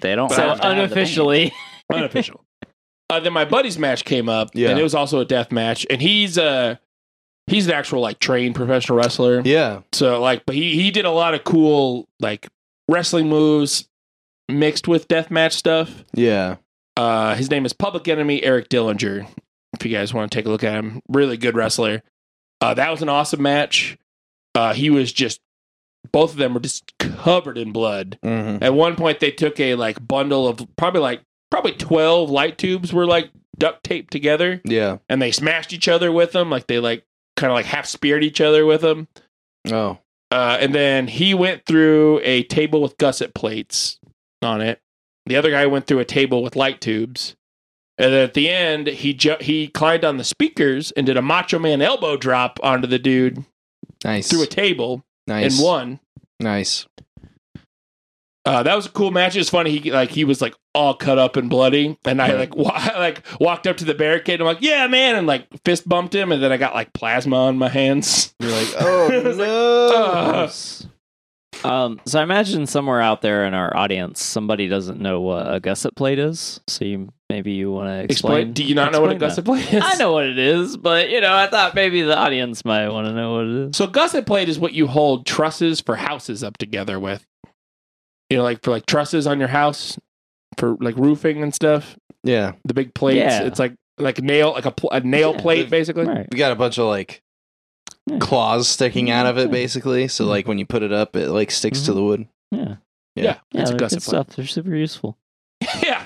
they don't.
So
have to have the
unofficially,
Unofficial. uh, then my buddy's match came up,
Yeah.
and it was also a death match. And he's uh he's an actual like trained professional wrestler.
Yeah.
So like, but he he did a lot of cool like wrestling moves mixed with deathmatch stuff.
Yeah.
Uh, his name is Public Enemy Eric Dillinger. If you guys want to take a look at him, really good wrestler. Uh, that was an awesome match. Uh, he was just both of them were just covered in blood.
Mm-hmm.
At one point, they took a like bundle of probably like probably twelve light tubes were like duct taped together,
Yeah.
and they smashed each other with them. Like they like kind of like half speared each other with them.
Oh.
Uh, and then he went through a table with gusset plates on it. The other guy went through a table with light tubes. And then at the end, he ju- he climbed on the speakers and did a Macho Man elbow drop onto the dude
Nice.
through a table
nice.
and won.
Nice.
Uh, that was a cool match. It's funny. He like he was like all cut up and bloody, and I
Right.
like wa- I, like walked up to the barricade. and I'm like, yeah, man, and like fist bumped him, and then I got like plasma on my hands.
You're like, oh
It was like, uh.
no.
Ugh.
um, so I imagine somewhere out there in our audience, somebody doesn't know what a gusset plate is. So you, maybe you want to explain.
Explain. Do you not know what a
explain
gusset plate is?
that. I know what it is, but you know, I thought maybe the audience might want to know what it is.
So gusset plate is what you hold trusses for houses up together with. You know, like for like trusses on your house for like roofing and stuff.
Yeah.
The big plates.
Yeah.
It's like like nail like a, pl- a nail
Yeah,
plate
the-
basically.
Right.
We got a bunch of like
Yeah.
claws sticking out of it,
Yeah.
basically. So
Mhm.
like when you put it up, it like sticks to the wood.
Yeah.
Yeah,
Yeah.
Yeah, uh,
it's
they're
a
good
gusset plate.
stuff. They're super useful.
yeah,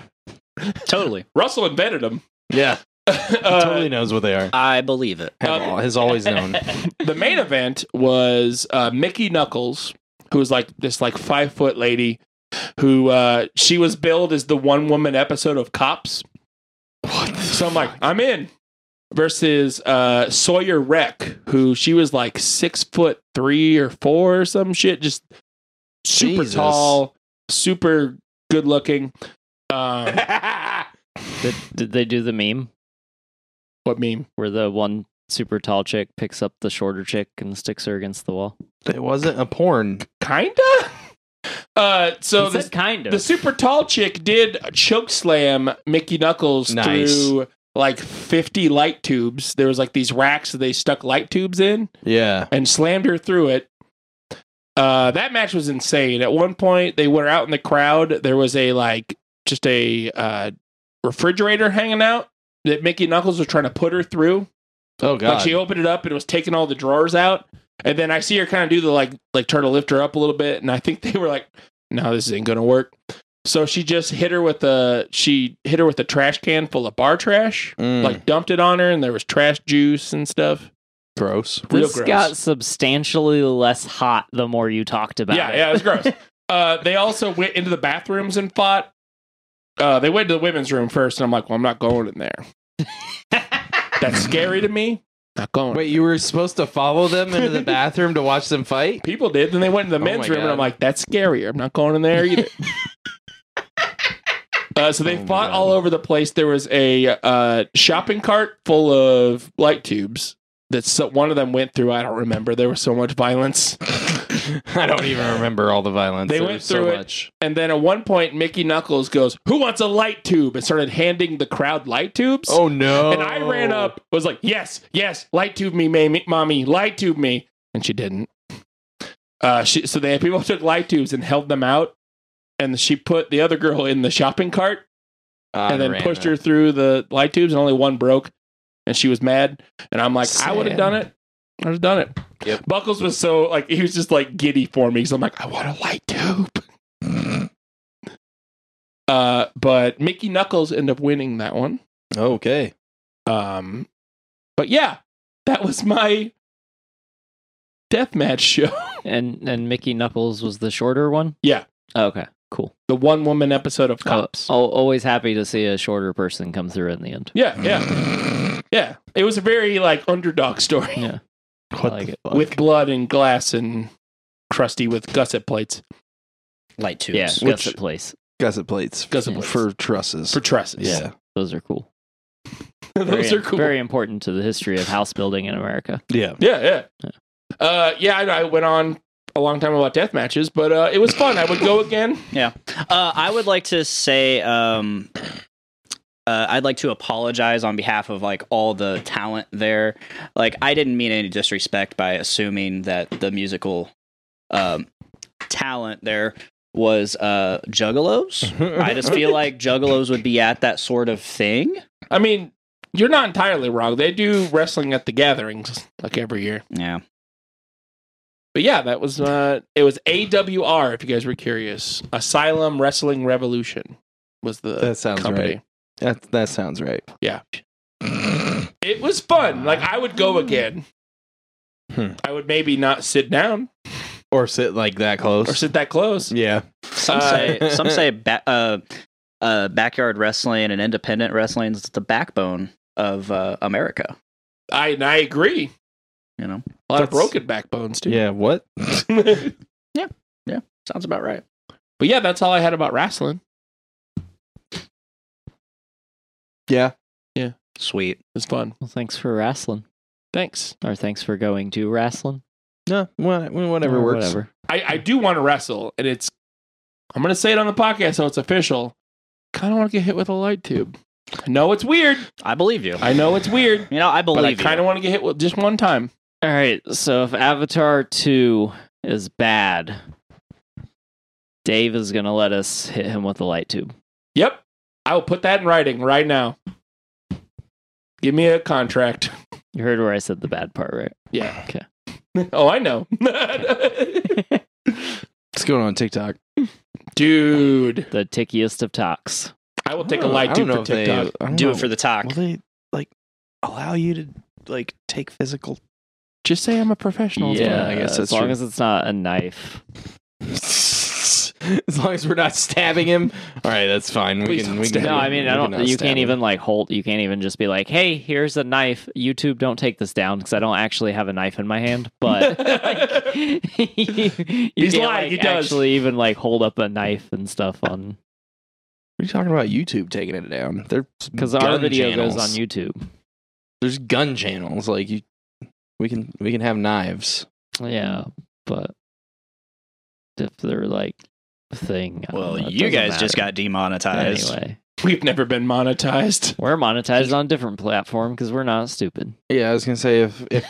painting. Totally,
Russell invented them.
Yeah.
Uh,
totally knows what they are.
I believe it.
Have,
uh,
al- has always known.
The main event was uh, Mickey Knuckles, who was like this like five foot lady, who uh, she was billed as the one woman episode of Cops. So I'm like, I'm in. Versus uh, Sawyer Wreck, who she was like six foot three or four or some shit, just super
Jesus.
tall, super good looking. Um,
Did, did they do the meme
what meme?
where the one super tall chick picks up the shorter chick and sticks her against the wall?
It wasn't a porn.
Kinda. Uh, so
He
this
said kind of.
The super tall chick did choke slam Mickey Knuckles
Nice.
through like 50 light tubes. There was like these racks that they stuck light tubes in
Yeah.
and slammed her through it. Uh, that match was insane. At one point, they were out in the crowd. There was a like just a uh, refrigerator hanging out that Mickey Knuckles was trying to put her through.
Oh god.
Like she opened it up and was taking all the drawers out, and then I see her kind of do the like like try to lift her up a little bit, and I think they were like, "No, this ain't gonna work." So she just hit her with a she hit her with a trash can full of bar trash,
Mm,
like dumped it on her, and there was trash juice and stuff.
gross.
Real
This
gross.
got substantially less hot the more you talked about
yeah,
it.
yeah, it was gross. uh, they also went into the bathrooms and fought. Uh, they went to the women's room first, and I'm like, well, I'm not going in there. That's scary to me. Not going.
Wait, you were supposed to follow them into the bathroom to watch them fight?
People did. Then they went in the
Oh
men's
my
room, and
God.
I'm like, that's scarier. I'm not going in there either. uh, so they
Oh my
fought
God.
all over the place. There was a uh, shopping cart full of light tubes. That so, one of them went through. I don't remember. There was so much violence.
I don't even remember all the violence.
They
There
went
was
through
so
it.
much.
And then at one point, Mickey Knuckles goes, "Who wants a light tube?" and started handing the crowd light tubes.
Oh no.
And I ran up, was like, yes, yes, light tube me, mammy, mommy, light tube me. And she didn't. Uh, she, so they people took light tubes and held them out. And she put the other girl in the shopping cart
Ah,
and then
ran
pushed
up.
her through the light tubes, and only one broke. And she was mad. And I'm like, I would have
Sad.
done it. I would have done it.
Yep.
Buckles was so like he was just like giddy for me because I'm like, I want a light tube. uh, but Mickey Knuckles ended up winning that one.
Okay.
Um, but yeah, that was my deathmatch show.
And and Mickey Knuckles was the shorter one? Oh,
Yeah.
okay, cool.
The one woman episode
Oh,
of
Al-
Cops.
al- always happy to see a shorter person come through in the end.
Yeah, yeah,
oh.
yeah. It was a very like underdog story
Yeah.
What
I like
the
it.
with blood and glass and crusty with gusset plates
Light tubes.
Yeah,
Which-
Gusset Place.
Gusset plates.
Gusset plates.
For trusses.
for trusses.
yeah.
Those are cool.
those
Very-
are cool.
Very important to the history of house building in America.
Yeah.
yeah, yeah. Uh, yeah, I, I went on a long time about death matches, but uh, it was fun. I would go again.
Uh, I would like to say um, uh, I'd like to apologize on behalf of like all the talent there. Like I didn't mean any disrespect by assuming that the musical um, talent there was uh, juggalos. I just feel like juggalos would be at that sort of thing.
I mean, you're not entirely wrong. They do wrestling at the gatherings like every year.
Yeah.
But yeah, that was uh it was AWR if you guys were curious. Asylum Wrestling Revolution was the
That sounds
company.
right. That that sounds right.
It was fun. Like I would go again.
Hmm.
I would maybe not sit down
Or sit like that close.
or sit that close.
yeah.
Some
Uh,
say some say ba- uh, uh, backyard wrestling and independent wrestling is the backbone of uh, America.
I and I agree.
You know,
A lot of
That's-
broken backbones too.
Yeah. What?
but
sounds about right.
yeah, that's all I had about wrestling.
Yeah.
Sweet.
It was fun.
Well, thanks for wrestling,
Thanks.
or thanks for going to wrestling.
No. wha- Whatever
or
works.
Whatever.
I, I do want to wrestle, and it's I'm gonna say it on the podcast so it's official. Kinda wanna get hit with a light tube. I know it's weird.
I believe you.
I know it's weird.
You know, I
But I
believe
kinda wanna get hit with just one time.
All right, so if Avatar 2 is bad, Dave is going to let us hit him with a light tube.
Yep. I will put that in writing right now. Give me a contract.
You heard where I said the bad part, right?
Yeah.
Okay.
oh, I know.
What's going on TikTok?
Dude,
The tickiest of talks.
I will take a
I don't- I
light
don't
tube
know
for
if they-
TikTok.
I
you.
don't
Do
know.
it for the talk.
Will they like allow you to like take physical?
Just say I'm a professional.
Yeah, I guess that's
as long
true.
as it's not a knife.
as long as we're not stabbing him. All right, that's fine. We
Please
can.
don't
We can.
stab
No,
him.
I mean,
we
I
can
don't.
not
You
stab
can't
him.
even like hold. You can't even just be like, "Hey, here's a knife." YouTube, don't take this down because I don't actually have a knife in my hand. But like, you
He's
can't,
lying, he
like,
does.
actually even like hold up a knife and stuff on
What are you talking about? YouTube taking it down? They're
because our
gun
video goes on
channels.
YouTube.
There's gun channels. Like you, we can we can have knives.
Yeah, but if they're like thing. I don't
Well,
know, it
you
doesn't
guys just
matter.
got demonetized.
anyway.
We've never been monetized.
We're monetized on a different platform because we're not stupid.
Yeah, I was gonna say if if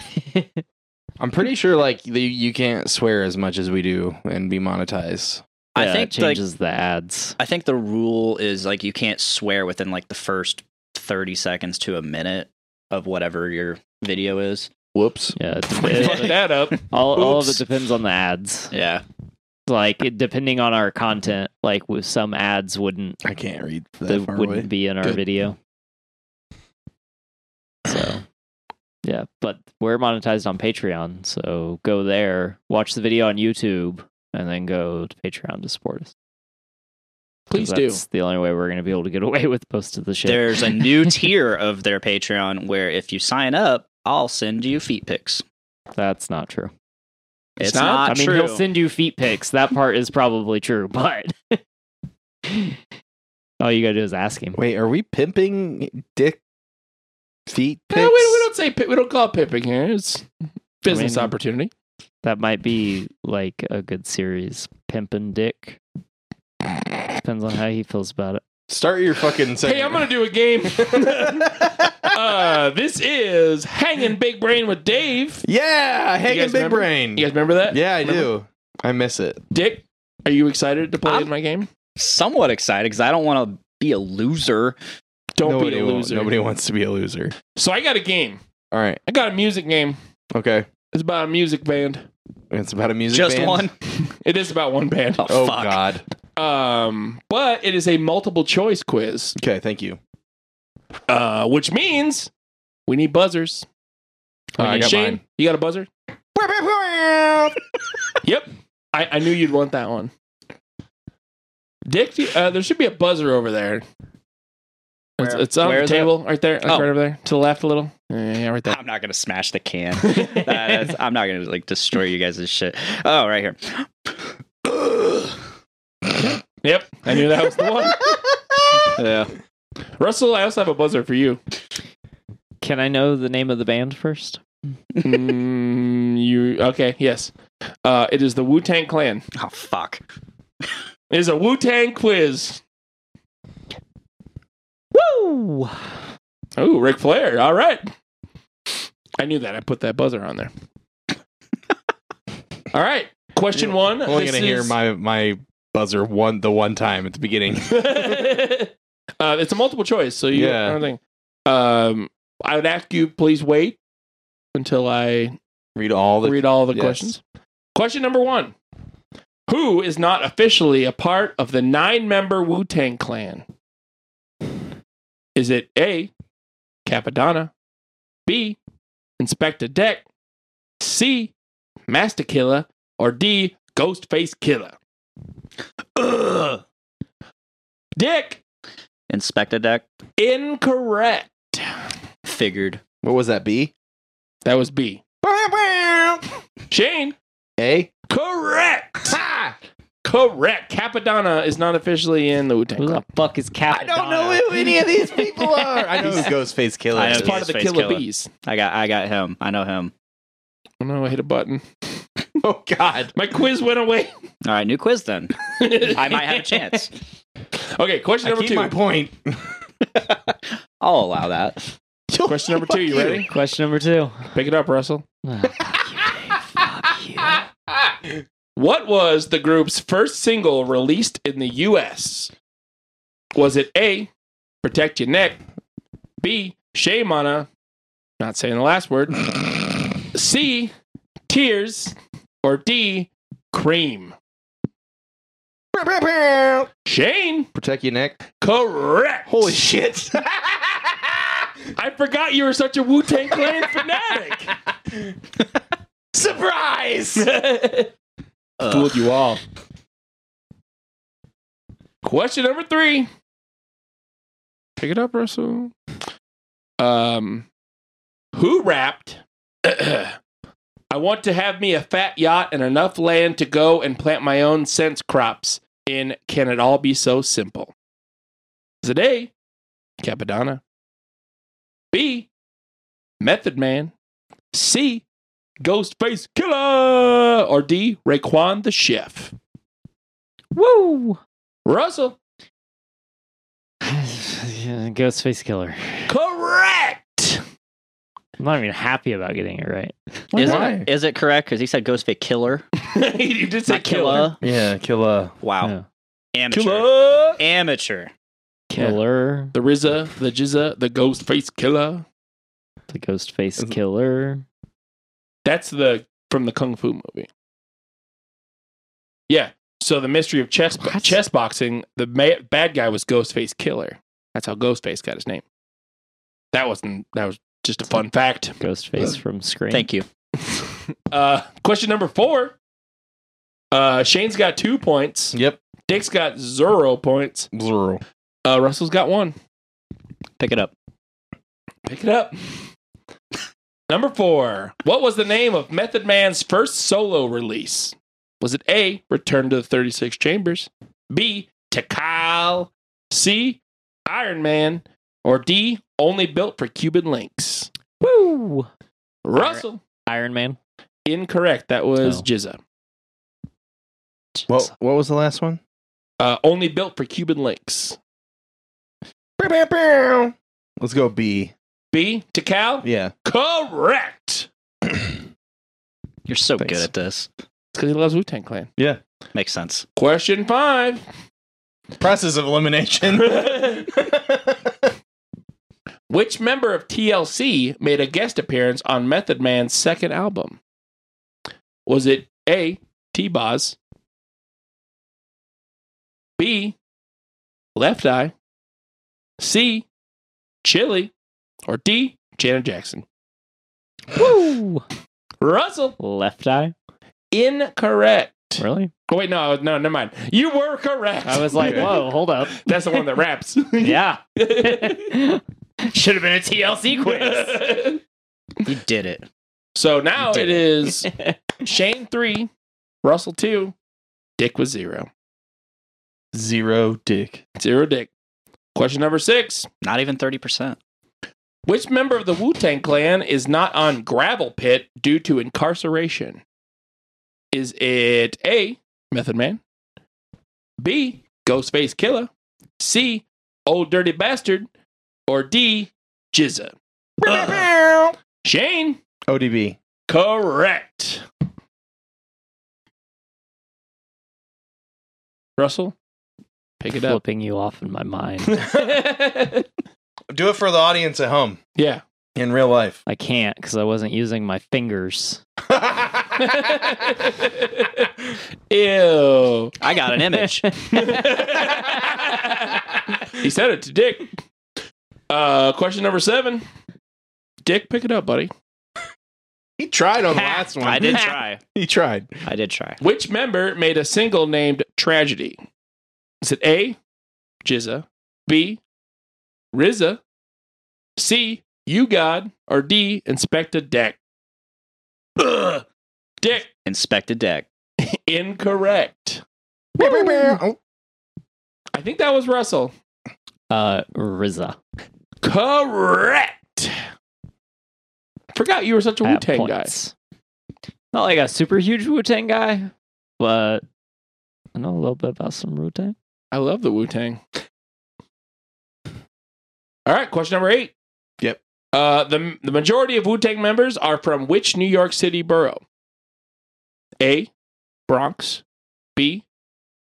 I'm pretty sure like the, you can't swear as much as we do and be monetized.
I
Yeah,
think
it
like
changes the ads.
I think the rule is like you can't swear within like the first 30 seconds to a minute of whatever your video is.
Whoops.
Yeah, it's-
We
it-
fucked that up.
all, all of it
Oops.
depends on the ads.
Yeah.
Like it, depending on our content, like with some ads wouldn't
I can't read that
they
far
wouldn't
away.
be in our
Good.
video. So yeah, but we're monetized on Patreon, so go there, watch the video on YouTube, and then go to Patreon to support us. 'Cause
Please do.
That's the only way we're going to be able to get away with most of the shit.
There's a new tier of their Patreon where if you sign up, I'll send you feet pics.
That's not true.
It's
It's,
not?
not,
I mean,
true.
he'll send you feet pics. That part is probably true, but all you gotta do is ask him.
Wait, are we pimping dick feet pics?
No, we, we don't say pi- we don't call it pimping here. It's business
I mean-
opportunity.
That might be like a good series. Pimpin' Dick. Depends on how he feels about it.
Start your fucking
Hey, I'm gonna do a game. uh, this is hanging big brain with Dave.
Yeah, hanging
guys
big
remember?
brain.
You guys remember that?
yeah, I
Remember?
do. I miss it.
Dick, are you excited to play
I'm-
in my game?
Somewhat excited because I don't want to be a loser.
Don't
nobody
be a
won't-
loser.
Nobody wants to be a loser.
So I got a game.
All right.
I got a music game.
Okay.
It's about a music band.
It's about a music
Just
band.
one.
It is about one band.
Oh,
Oh
fuck.
god.
Um, but it is a multiple choice quiz.
Okay, thank you.
Uh, which means we need buzzers.
All right, Uh, I got
Shane,
mine.
Oh, you got a buzzer? yep. I, I knew you'd want that one. Dick, do you- uh, there should be a buzzer over there. it's,
Where-
it's on
where
the
is it?
table right there. like
Oh.
Right over there. To the left a little. Uh, yeah, right there.
I'm not gonna smash the can. That is- I'm not gonna like destroy you guys' shit. Oh, right here.
Yep. I knew that was the one.
Yeah.
Russell, I also have a buzzer for you.
Can I know the name of the band first?
Mm, you okay? Yes. Uh, it is the Wu Tang Clan.
Oh fuck.
It is a Wu Tang quiz.
Woo!
Oh, Ric Flair. All right. I knew that. I put that buzzer on there. All right. Question one.
I'm only
This
gonna hear
is-
my my buzzer one the one time at the beginning.
uh, it's a multiple choice, so you
Yeah.
I don't think- Um, I would ask you please wait until I
Read all the
read all the
yes.
questions. Question number one: Who is not officially a part of the nine-member Wu Tang Clan? Is it A. Capadonna, B. Inspector Deck, C. Master Killer, or D. Ghostface Killer?
Ugh.
Dick,
Inspect a deck.
incorrect.
Figured.
What was that B?
That was B. Shane,
A?
correct. Correct. Capadonna is not officially in the Wu Tang
Who the
Club.
fuck is Cap?
I don't know who any of these people are. I know who Ghostface Killer
I know
is.
It's part of the
Ghostface
Killer,
Killer.
Bees.
I got. I got him. I know him.
Oh no, I hit a button.
Oh god.
My quiz went away.
All right, new quiz then.
I
I might have a chance.
Okay, question
I
number
keep
two.
my point.
I'll allow that.
Question number two, you
Fuck
ready?
Question number two.
Pick it up, Russell.
Fuck you.
What was the group's first single released in the US? Was it A, Protect Your Neck, B, Shame on a, not saying the last word, C, Tears, or D, Cream? Shane,
Protect your neck.
correct.
Holy shit.
I forgot you were such a Wu Tang Clan fanatic.
Surprise!
Ugh.
Fooled you all. Question number three. Pick it up, Russell. Um, who rapped? I want to have me a fat yacht and enough land to go and plant my own sense crops. In can it all be so simple? Is it A. Capadonna? B. Method Man? C. Ghostface Killer or D Raekwon the Chef.
Woo!
Russell,
Ghostface Killer.
correct.
I'm not even happy about getting it right.
Is
Why?
it, is it correct? Because he said Ghostface Killer.
you did say
Not killer.
Yeah, uh, killer.
Wow. Amateur.
Killer.
Amateur.
Killer,
The Rizza, the Jizza, the ghost face killer.
the ghost face killer.
That's the from the Kung Fu movie. Yeah. So the mystery of chess
What?
chess boxing, the ma- bad guy was Ghostface Killer. That's how Ghostface got his name. That wasn't that was just a fun fact.
Ghost face from Scream.
Thank you.
Uh, question number four. Uh, Shane's got two points.
Yep.
Dick's got zero points.
Zero.
Uh, Russell's got one.
Pick it up.
Pick it up. number four. What was the name of Method Man's first solo release? Was it A, Return to the 36 Chambers? B, Tikal? C, Iron Man? Or D, Only Built for Cuban Links?
Woo!
Russell,
Iron Man.
incorrect. That was
Oh.
Jizza.
What What was the last one?
Uh, only Built for Cuban Links.
Bow, bow, bow. Let's go B.
B, Tikal?
Yeah.
Correct.
You're so
Thanks.
good at this.
because he loves Wu Tang Clan.
Makes sense.
Question five.
Process of elimination.
Which member of TLC made a guest appearance on Method Man's second album? Was it A. T Boz, B. Left Eye, C. Chili, or D. Janet Jackson?
Woo!
Russell,
Left eye.
incorrect.
Really?
Oh, wait, no, no, never mind. You were correct.
I was like, whoa, hold up.
that's the one that raps.
Yeah. Should have been a TLC quiz.
You did it.
So now
You did
it is Shane three, Russell two, Dick was zero.
Zero dick.
Zero Dick. Question number six.
Not even 30%.
Which member of the Wu Tang clan is not on gravel pit due to incarceration? Is it A, Method Man? B, Ghostface Killer? C, Old Dirty Bastard? Or D, Jizza? Shane,
ODB.
correct. Russell, pick it up.
Flipping you off in my mind.
Do it for the audience at home
Yeah.
in real life.
I can't because I wasn't using my fingers.
Ew.
I got an image.
he said it to Dick. Uh, question number seven. Dick, pick it up, buddy.
He tried on the last one.
I did try.
He tried.
I did try.
Which member made a single named Tragedy? Is it A, Jizza, B, Rizza, C, You God, or D, Inspector Deck? Ugh. Dick,
Inspect a deck.
incorrect.
Oh,
I think that was Russell.
Uh, Rizza.
Correct. Forgot you were such a Wu
at
Tang guy.
points. Not like a super huge Wu Tang guy, but I know a little bit about some Wu Tang.
I love the Wu Tang. All right, question number eight.
Yep.
Uh, the the majority of Wu Tang members are from which New York City borough? A, Bronx, B,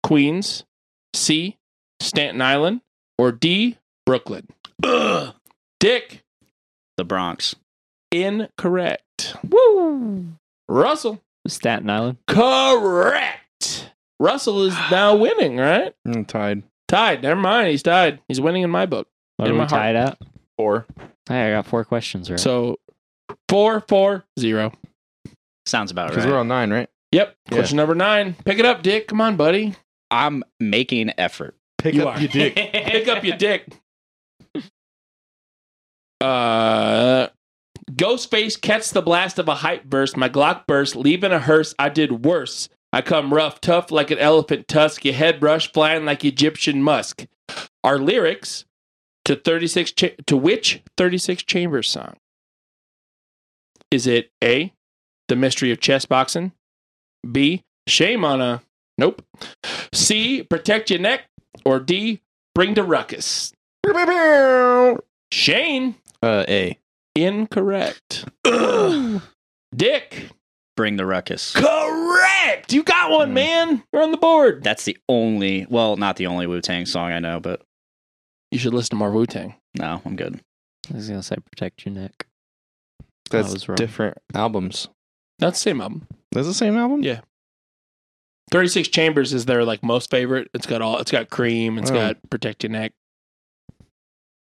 Queens, C, Staten Island, or D, Brooklyn. Ugh. Dick,
The Bronx.
incorrect.
Woo!
Russell,
Staten Island.
correct. Russell is now winning, right?
I'm tied.
Tied. Never mind. He's tied. He's winning in my book.
What
In
are
my
we tied at?
Four.
Hey, I got four questions right.
So four, four, zero.
Sounds about
Because
right.
we're on nine, right?
Yep.
Yeah.
Question number nine. Pick it up, Dick. Come on, buddy.
I'm making effort.
Pick
You
up
are.
your dick.
Pick up your dick. Uh, Ghostface catch the blast of a hype burst. My Glock burst, leaving a hearse. I did worse. I come rough, tough like an elephant tusk. Your head brush flying like Egyptian musk. Our lyrics to thirty six cha- to which thirty six chambers song? Is it A, the mystery of chess boxing? B, shame on a nope. C, protect your neck or D, bring the ruckus. Shane,
Uh, A.
Incorrect. Dick.
Bring the ruckus.
Correct. You got one,
Mm.
man. You're on the board.
That's the only, well, not the only Wu Tang song I know, but
You should listen to more Wu Tang.
no, I'm good.
I was gonna say protect your neck.
That's
was wrong.
different albums.
That's the same album.
That's the same album?
Yeah. 36 Chambers is their like most favorite. It's got all it's got cream, It's
Oh.
got protect your neck.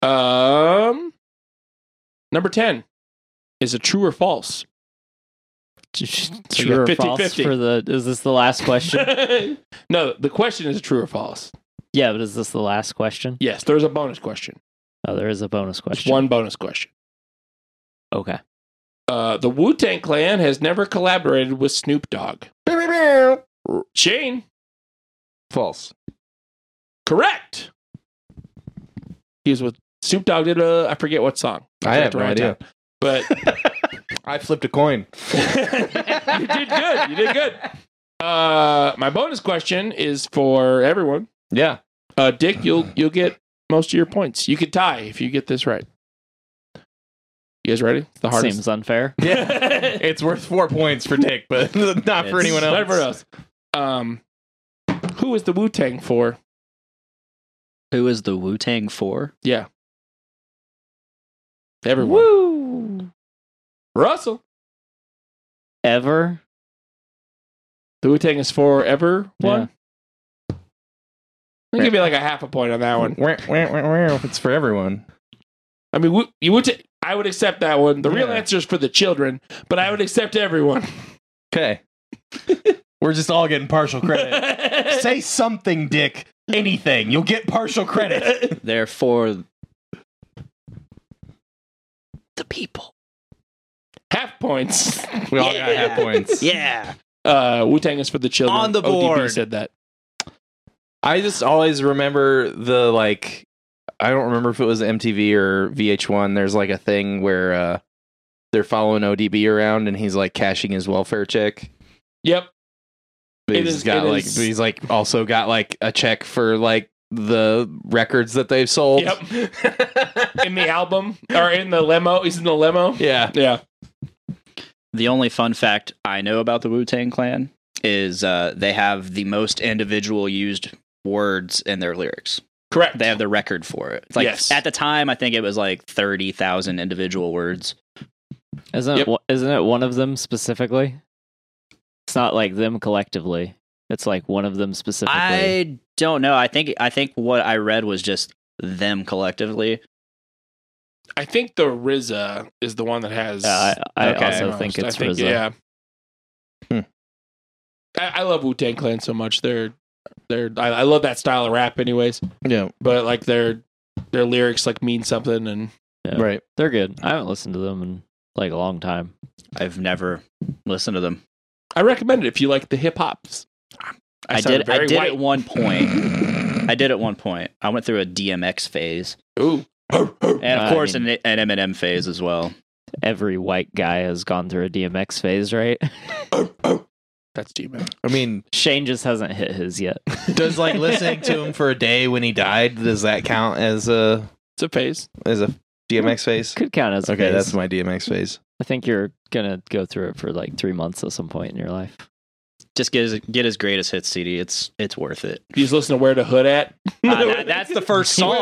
Um number 10 is a true or false.
True or
50-50.
false for the? Is this the last question?
no, the question is true or false.
yeah, but is this the last question?
Yes, there's a bonus question.
Oh, there is a bonus
There's
question.
one bonus question.
Okay.
Uh, the Wu Tang Clan has never collaborated with Snoop Dogg. Shane,
False.
correct. He was with Snoop Dogg. Did a I forget what song,
I have
Correct
no
around
idea.
time. but
I flipped a coin.
you did good. You did good. Uh, my bonus question is for everyone.
Yeah.
Uh, Dick, you'll you'll get most of your points. You could tie if you get this right. You guys ready? It's the hardest.
Seems unfair.
Yeah. it's worth four points for Dick, but not for
It's-
anyone else.
Not everyone else. Um, who is the Wu Tang for?
Who is the Wu Tang for?
Yeah, everyone.
Woo!
Russell,
Ever?
the Wu Tang is for everyone.
Yeah.
I'll give you like a half a point on that one.
Wah, wah, wah, wah. It's for everyone.
I mean, Wu- you would. T- I would accept that one. The real
Yeah.
answer is for the children, but I would accept everyone.
Okay. We're just all getting partial credit. Say something, Dick. Anything. You'll get partial credit.
They're for the people.
half points.
We all got half points.
Yeah.
Uh, Wu Tang is for the children.
On the
ODB
board.
said that.
I just always remember the like I don't remember if it was MTV or VH1. There's like a thing where uh they're following ODB around and he's like cashing his welfare check.
Yep.
But
It
he's
is-
got
it
like
is-
but he's like also got like a check for like the records that they've sold.
Yep. in the album or in the limo. He's in the limo.
Yeah.
Yeah.
The only fun fact I know about the Wu Tang Clan is uh, they have the most individual used words in their lyrics.
Correct.
They have the record for it. It's Like
Yes.
at the time, I think it was like thirty thousand individual words.
Isn't
Yep.
it, wh- isn't it one of them specifically? It's not like them collectively. It's like one of them specifically.
I don't know. I think I think what I read was just them collectively.
I think the RZA is the one that has.
Uh,
Yeah, Uh, I, I
Okay.
also
most.
think
I
it's RZA.
Yeah.
Hmm.
I, I love Wu Tang Clan so much. They're they're I, I love that style of rap, anyways.
Yeah.
But like their their lyrics like mean something, and
Yeah.
Right.
They're good. I haven't listened to them in like a long time.
I've never listened to them.
I recommend it if you like the hip hops.
I,
sounded
did. I did at
white.
one point. I did at one point. I went through a DMX phase,
Ooh.
and of
I
course
mean-
an, an Eminem phase as well.
Every white guy has gone through a DMX phase, right?
That's deep, man.
I mean,
Shane just hasn't hit his yet.
does like listening to him for a day when he died, does that count as a
It's a phase.
as a DMX phase?
Could count as a
Okay,
phase.
that's my DMX phase.
I think you're gonna go through it for like three months at some point in your life.
Just get his, get his greatest hit CD. It's it's worth it.
You just listen to Where the Hood At.
Uh, that- that's the first song.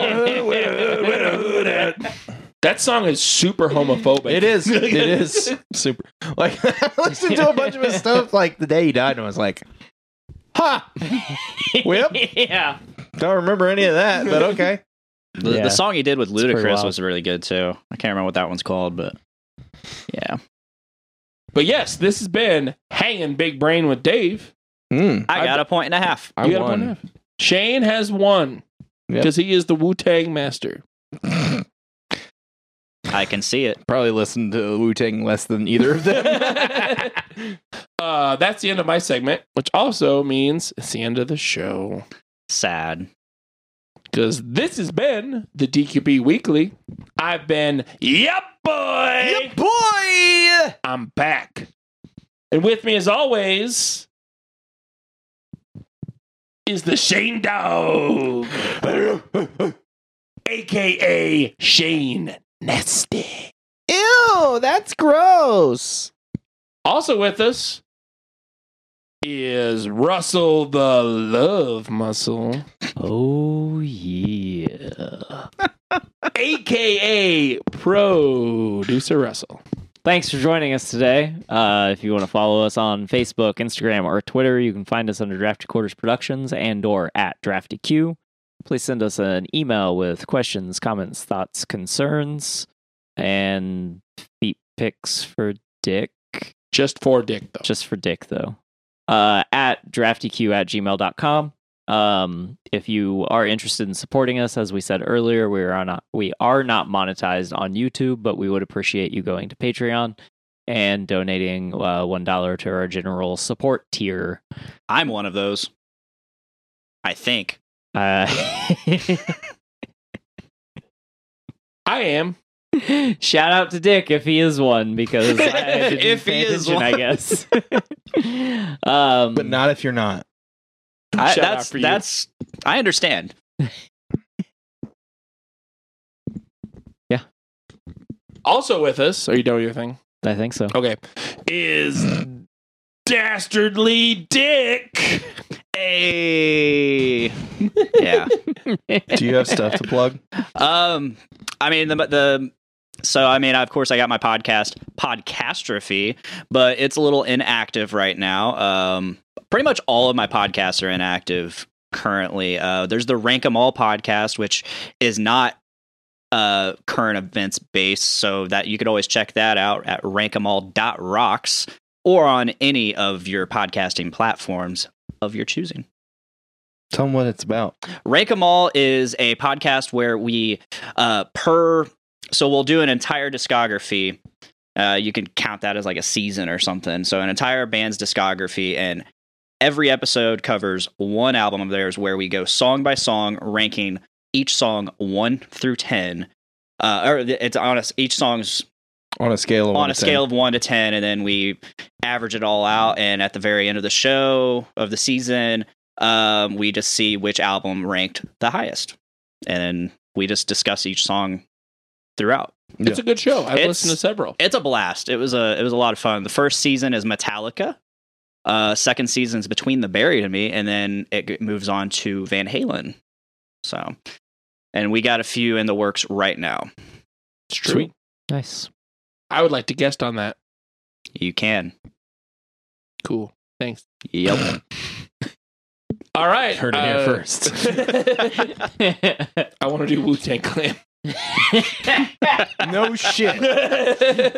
That song is super homophobic.
It is. It is super. Like I listened to a bunch of his stuff like the day he died, and I was like, "Ha, Yep.
yeah.
don't remember any of that." But okay,
The,
Yeah.
the song he did with
pretty
Ludacris
wild.
was really good too. I can't remember what that one's called, but yeah,
But yes, this has been Hanging Big Brain with Dave.
Hmm.
I
I-
got a point and a half.
I
You got a point and a
won.
half. Shane has won
Yep.
because he is the Wu Tang master.
I can see it.
Probably listened to Wu Tang less than either of them.
Uh, that's the end of my segment, which also means it's the end of the show
Sad.
because this has been the DQB Weekly. I've been, yep, boy.
yeah, boy.
I'm back. And with me, as always, is the Shane Dog, aka Shane Nasty.
Ew, that's gross.
Also with us is Russell the Love Muscle,
Oh yeah.
aka Producer Russell.
Thanks for joining us today. Uh, if you want to follow us on Facebook, Instagram, or Twitter, you can find us under Drafty Quarters Productions and or at DraftyQ. Please send us an email with questions, comments, thoughts, concerns, and feet pics for Dick.
Just for Dick though.
Just for Dick, though. Uh, at draftyq at gmail.com. Um, if you are interested in supporting us, as we said earlier, we are not we are not monetized on YouTube, but we would appreciate you going to Patreon and donating uh, one dollar to our general support tier.
I'm one of those. I think.
Uh,
I am.
shout out to Dick if he is one, because I didn't
If
pay
he is
attention, I
one.
guess. um,
But not if you're not.
I,
Shout out
that's
for you.
that's I understand.
Also with us, are you doing your thing?
I think so.
Okay. Is Dastardly Dick.
Hey. yeah.
Do you have stuff to plug?
Um, I mean the the so I mean of course I got my podcast Podcastrophe, but it's a little inactive right now. Um, pretty much all of my podcasts are inactive currently. Uh, there's the Rank 'Em All podcast, which is not uh current events based, so that you could always check that out at rankemall.rocks or on any of your podcasting platforms of your choosing.
Tell them what it's about.
Rank 'em all is a podcast where we uh per so we'll do an entire discography. Uh you can count that as like a season or something. So an entire band's discography and every episode covers one album of theirs where we go song by song ranking each song 1 through 10. Uh or it's on us each song's
On a scale of
on
one
a
to
scale
10.
of 1 to 10 and then we average it all out and at the very end of the show of the season um, we just see which album ranked the highest and we just discuss each song throughout
It's a good show. I've
It's-
listened to several.
it's a blast it was a it was a lot of fun the first season is metallica uh, second season's between the buried and me and then it g- moves on to van halen so and we got a few in the works right now
It's true.
Sweet.
Nice.
I would like to guest on that.
you can
Cool. Thanks.
yep
All right.
Heard it
uh,
here first.
Uh,
I want to do Wu Tang Clan.
no shit.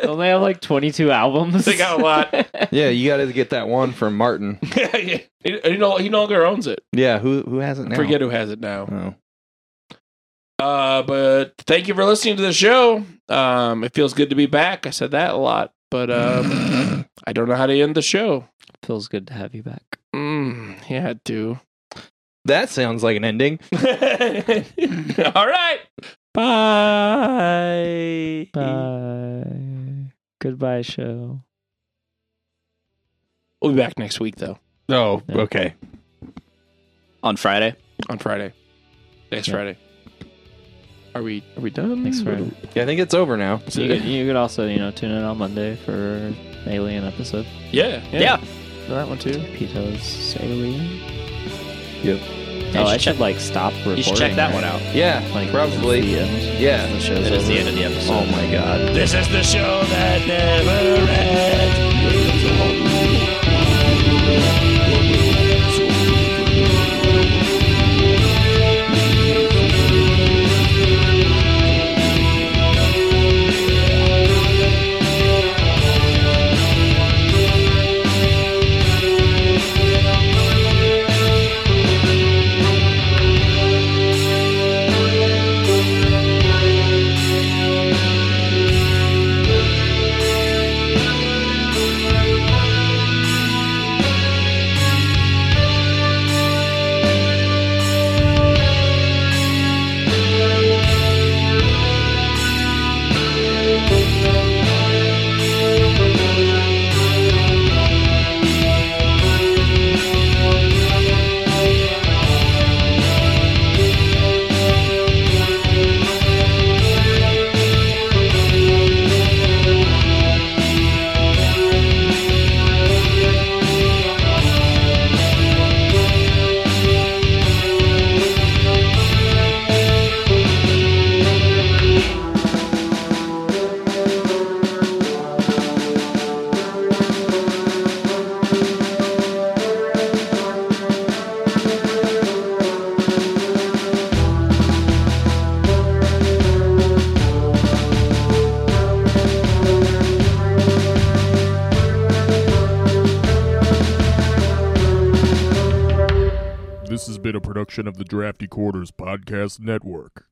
Don't they have like 22 albums?
They got a lot.
Yeah, you got to get that one from Martin.
he, he no, he no longer owns it.
Yeah, who who has it now?
Forget who has it now.
Oh.
Uh, but thank you for listening to the show. Um, it feels good to be back. I said that a lot, but um, I don't know how to end the show.
Feels good to have you back.
Mm, yeah, I do.
That sounds like an ending.
All right. Bye.
Bye. Goodbye, show.
We'll be back next week though
Oh, okay.
on friday
on Friday. Next
Yeah.
Friday. Are we are we done?
Next Friday.
Yeah, I think it's over now.
Mm. You could, you could also, you know, tune in on Monday for Alien episode.
Yeah,
Yeah.
That one too.
Pito's Alien.
Yep.
Oh,
should
I should like stop recording.
You should check that one
right?
out.
Yeah,
Like
probably.
The end.
Yeah.
The show's
It is the
over.
end of the episode.
Oh my god.
This is the show that never ends.
a production of the Drafty Quarters Podcast Network.